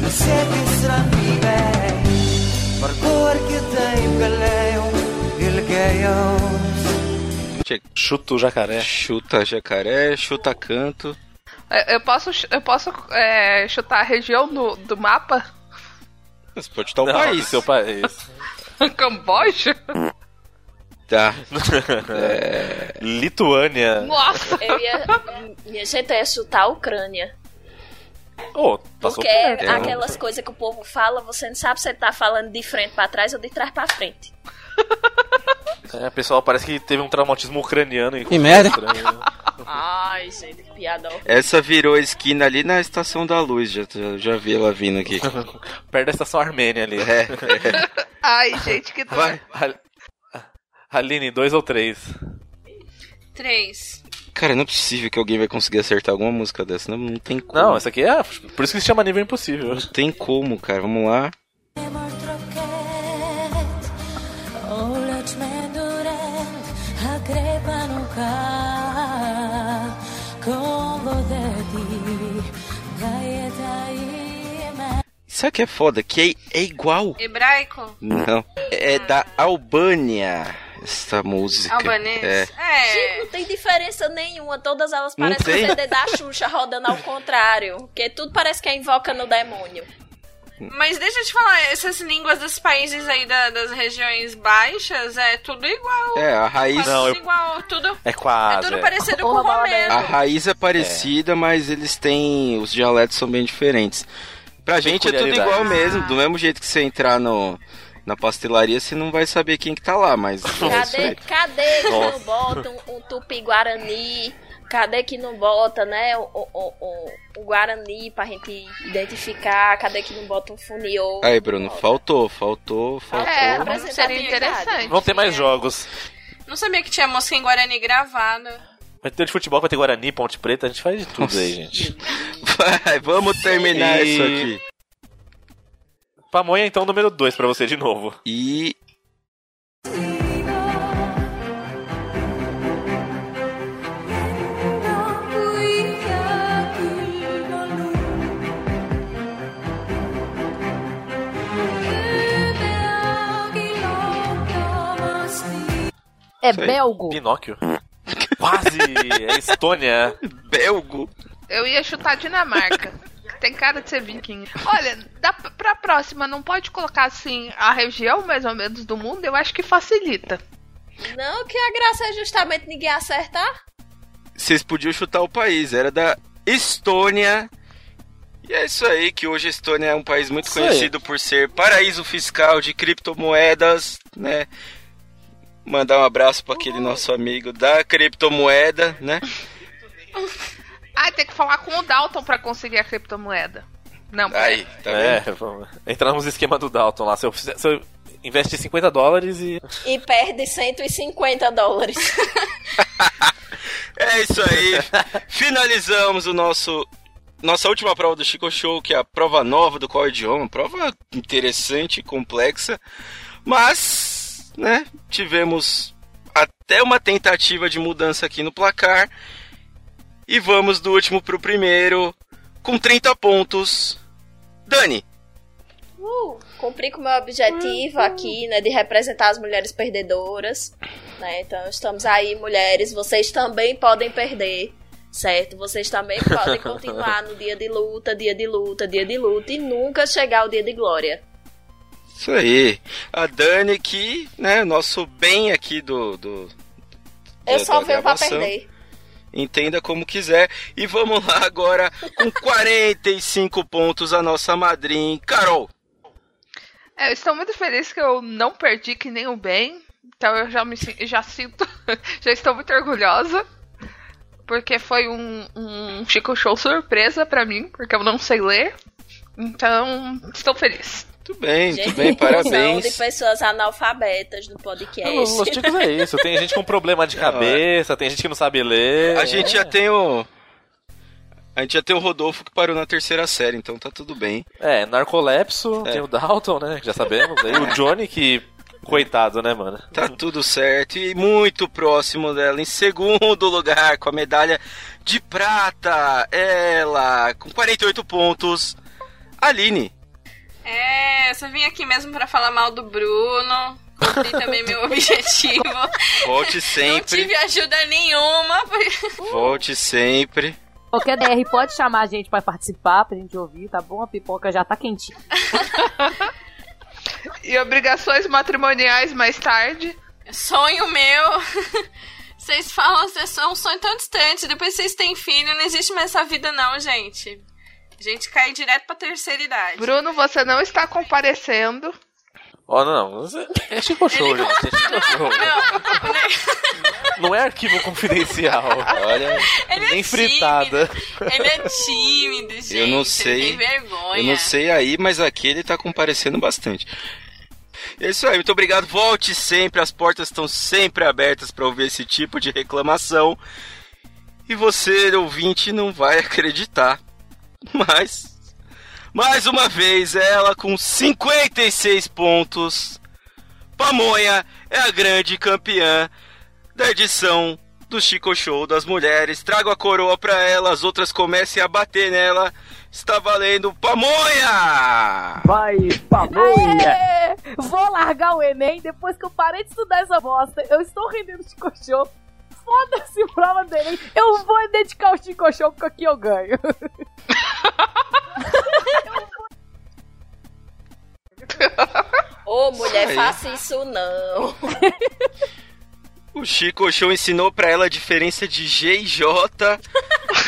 Speaker 15: nusepis ramybei, par kur kitaip galėjau, ilgėjau.
Speaker 4: Chuta o jacaré.
Speaker 2: Chuta jacaré, chuta canto.
Speaker 8: É, Eu posso, ch- eu posso é, chutar a região no- do mapa? [laughs]
Speaker 2: Você pode chutar o
Speaker 4: Não,
Speaker 2: país.
Speaker 4: seu é, país.
Speaker 8: Camboja?
Speaker 2: Tá.
Speaker 4: Lituânia.
Speaker 8: Nossa!
Speaker 7: Eu ia, minha gente, eu ia chutar a Ucrânia.
Speaker 4: Oh, passou
Speaker 7: Porque é
Speaker 4: perto.
Speaker 7: aquelas coisas que o povo fala, você não sabe se ele tá falando de frente pra trás ou de trás pra frente.
Speaker 4: É, pessoal, parece que teve um traumatismo ucraniano.
Speaker 2: Que merda.
Speaker 7: Ai, gente, que piada. ó.
Speaker 2: Essa virou a esquina ali na Estação da Luz, já, já, já vi ela vindo
Speaker 4: [laughs]
Speaker 2: aqui.
Speaker 4: Perto da estação armênia ali.
Speaker 2: É,
Speaker 8: Ai, gente, que dor.
Speaker 4: Al- Aline, dois ou três?
Speaker 8: Três.
Speaker 2: Cara, não é possível que alguém vai conseguir acertar alguma música dessa. Não, não tem como.
Speaker 4: Não, essa aqui é. Por isso que se chama nível impossível.
Speaker 2: Não tem como, cara. Vamos lá.
Speaker 10: Olet me durem, a crepa nuka, combo de ti, gaieta e me.
Speaker 2: Sabe o que é foda? Que é, é igual.
Speaker 9: Hebraico?
Speaker 2: Não. É da Albânia. Essa música.
Speaker 7: Albanês.
Speaker 2: É.
Speaker 7: Gente, não tem diferença nenhuma. Todas elas
Speaker 2: Não
Speaker 7: parecem
Speaker 2: tem.
Speaker 7: o CD da Xuxa rodando ao contrário. Porque tudo parece que é invoca no demônio.
Speaker 9: Mas deixa eu te falar, essas línguas dos países aí da- das regiões baixas é tudo igual.
Speaker 2: É, a raiz-
Speaker 9: Quase
Speaker 2: Não, eu-
Speaker 9: igual, tudo,
Speaker 4: É quase.
Speaker 9: tudo
Speaker 2: é.
Speaker 9: parecido com o romeno.
Speaker 2: A raiz é parecida, mas eles têm. Os dialetos são bem diferentes. Pra gente é tudo igual
Speaker 4: Peculiaridades.
Speaker 2: mesmo. Do mesmo jeito que você entrar no, na pastelaria, você não vai saber quem que tá lá, mas. é isso
Speaker 7: Cadê,
Speaker 2: aí.
Speaker 7: cadê que
Speaker 2: Nossa.
Speaker 7: não bota um, um tupi-guarani? Cadê que não bota, né, o, o, o, o guarani pra gente identificar? Cadê que não bota um funiô?
Speaker 2: Aí, Bruno, faltou, faltou, faltou.
Speaker 9: É,
Speaker 7: mas
Speaker 9: seria interessante.
Speaker 4: Vão ter mais jogos.
Speaker 9: Não sabia que tinha música em Guarani gravada.
Speaker 4: Vai ter de futebol, vai ter Guarani, Ponte Preta, a gente faz de tudo aí, gente.
Speaker 2: [laughs] Vai, vamos terminar isso aqui.
Speaker 4: Pamonha, então, número 2 pra você de novo.
Speaker 2: E.
Speaker 14: É
Speaker 4: Isso aí.
Speaker 14: belgo.
Speaker 4: Pinóquio. Quase! É Estônia.
Speaker 2: Belgo.
Speaker 8: Eu ia chutar Dinamarca. [laughs] que Tem cara de ser viking. Olha, dá pra- pra próxima, não pode colocar assim a região mais ou menos do mundo? Eu acho que facilita.
Speaker 7: Não, que a graça é justamente ninguém acertar.
Speaker 2: Vocês podiam chutar o país, era da Estônia. E é isso aí, que hoje a Estônia é um país muito
Speaker 4: Isso aí.
Speaker 2: conhecido por ser paraíso fiscal de criptomoedas, né? Mandar um abraço para aquele nosso amigo da criptomoeda, né?
Speaker 8: Ah, tem que falar com o Dalton pra conseguir a criptomoeda. Não,
Speaker 2: Aí, tá
Speaker 4: é,
Speaker 2: vendo?
Speaker 4: vamos entrar nos esquema do Dalton lá. Se eu, fizer- se eu Investe 50 dólares e.
Speaker 7: E perde 150 dólares.
Speaker 2: É isso [laughs] aí. Finalizamos o nosso nossa última prova do Chico Show, que é a prova nova do qual idioma, prova interessante e complexa, mas, né, tivemos até uma tentativa de mudança aqui no placar e vamos do último pro primeiro com 30 pontos. Dani,
Speaker 7: Uh, cumpri com o meu objetivo aqui, né, de representar as mulheres perdedoras, né? Então estamos aí, mulheres, vocês também podem perder, certo? Vocês também podem continuar no dia de luta, dia de luta, dia de luta e nunca chegar ao dia de glória.
Speaker 2: Isso aí. A Dani, que, né, nosso bem aqui do. do
Speaker 7: Eu
Speaker 2: da-
Speaker 7: só
Speaker 2: da
Speaker 7: venho pra
Speaker 2: gravação.
Speaker 7: perder.
Speaker 2: Entenda como quiser. E vamos lá agora com 45 pontos a nossa madrinha, Carol.
Speaker 8: É, eu estou muito feliz que eu não perdi que nem o bem. Então eu já me sin- já sinto. [laughs] já estou muito orgulhosa. Porque foi um, um Chico Show surpresa pra mim, porque eu não sei ler. Então, estou feliz.
Speaker 2: Tudo bem,
Speaker 7: Gente,
Speaker 2: tudo bem,
Speaker 7: são Então, de
Speaker 2: parabéns.
Speaker 7: pessoas analfabetas no podcast.
Speaker 2: [laughs]
Speaker 4: Os os ticos é isso. Tem gente com problema de cabeça, tem gente que não sabe ler.
Speaker 2: Ah. A gente já tem o. A gente já tem o Rodolfo que parou na terceira série, então tá tudo bem.
Speaker 4: É, narcolepso,
Speaker 2: É.
Speaker 4: tem o Dalton, né? Que já sabemos. Aí o Johnny que. Coitado, né, mano?
Speaker 2: Tá tudo certo. E muito próximo dela, em segundo lugar, com a medalha de prata. Ela, com 48 pontos. Aline. Ah.
Speaker 9: É, eu só vim aqui mesmo pra falar mal do Bruno. Cumpri também
Speaker 2: [laughs]
Speaker 9: meu objetivo.
Speaker 2: Volte
Speaker 9: Não
Speaker 2: sempre.
Speaker 9: tive ajuda nenhuma.
Speaker 2: Volte sempre.
Speaker 3: Qualquer DR pode chamar a gente pra participar, pra gente ouvir, tá bom? A pipoca já tá quentinha.
Speaker 8: E obrigações matrimoniais mais tarde.
Speaker 9: Sonho meu. [laughs] Vocês falam, vocês é um sonho tão distante. Depois vocês têm filho, não existe mais essa vida, não, gente. A gente cai direto pra terceira idade.
Speaker 8: Bruno, você não está comparecendo.
Speaker 4: Ó, não, não. É Chico Show, gente. É Chico Show.
Speaker 9: Ah, né?
Speaker 4: Não é arquivo confidencial. Olha,
Speaker 9: Ele é
Speaker 4: nem fritada.
Speaker 9: Ele é tímido, gente.
Speaker 2: eu não
Speaker 9: Ele tem
Speaker 2: sei.
Speaker 9: vergonha.
Speaker 2: Eu não sei aí, mas aqui ele tá comparecendo bastante. É isso aí, muito obrigado. Volte sempre, as portas estão sempre abertas para ouvir esse tipo de reclamação. E você, ouvinte, não vai acreditar. Mas, mais uma vez, ela com 56 pontos. Pamonha é a grande campeã da edição do Chico Show das Mulheres. Trago a coroa pra ela, as outras comecem a bater nela. Está valendo pamonha!
Speaker 16: Vai, pamonha!
Speaker 3: É, vou largar o Enem depois que eu parei de estudar essa bosta. Eu estou rendendo Chico Show. Foda-se prova do Enem. Eu vou dedicar o Chico Show porque aqui eu ganho.
Speaker 7: Ô, mulher,
Speaker 2: Isso aí.
Speaker 7: faça isso não.
Speaker 2: O Chico Show ensinou pra ela a diferença de G e J.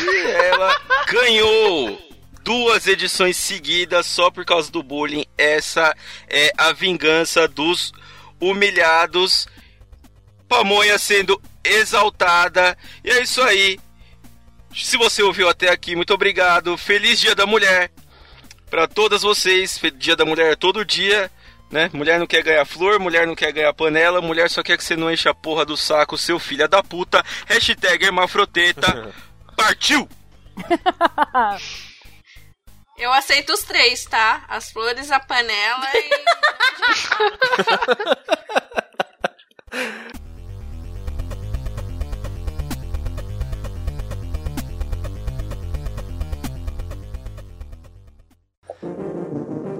Speaker 2: e ela ganhou duas edições seguidas só por causa do bullying. Essa é a vingança dos humilhados. Pamonha sendo exaltada. E é isso aí. Se você ouviu até aqui, muito obrigado. Feliz Dia da Mulher Pra todas vocês. Fe- Dia da Mulher é todo dia, né? Mulher não quer ganhar flor, mulher não quer ganhar panela, mulher só quer que você não enche a porra do saco, seu filho da puta. Hashtag hermafroteta. Partiu!
Speaker 9: Eu aceito os três, tá? As flores, a
Speaker 2: [laughs]
Speaker 9: panela e.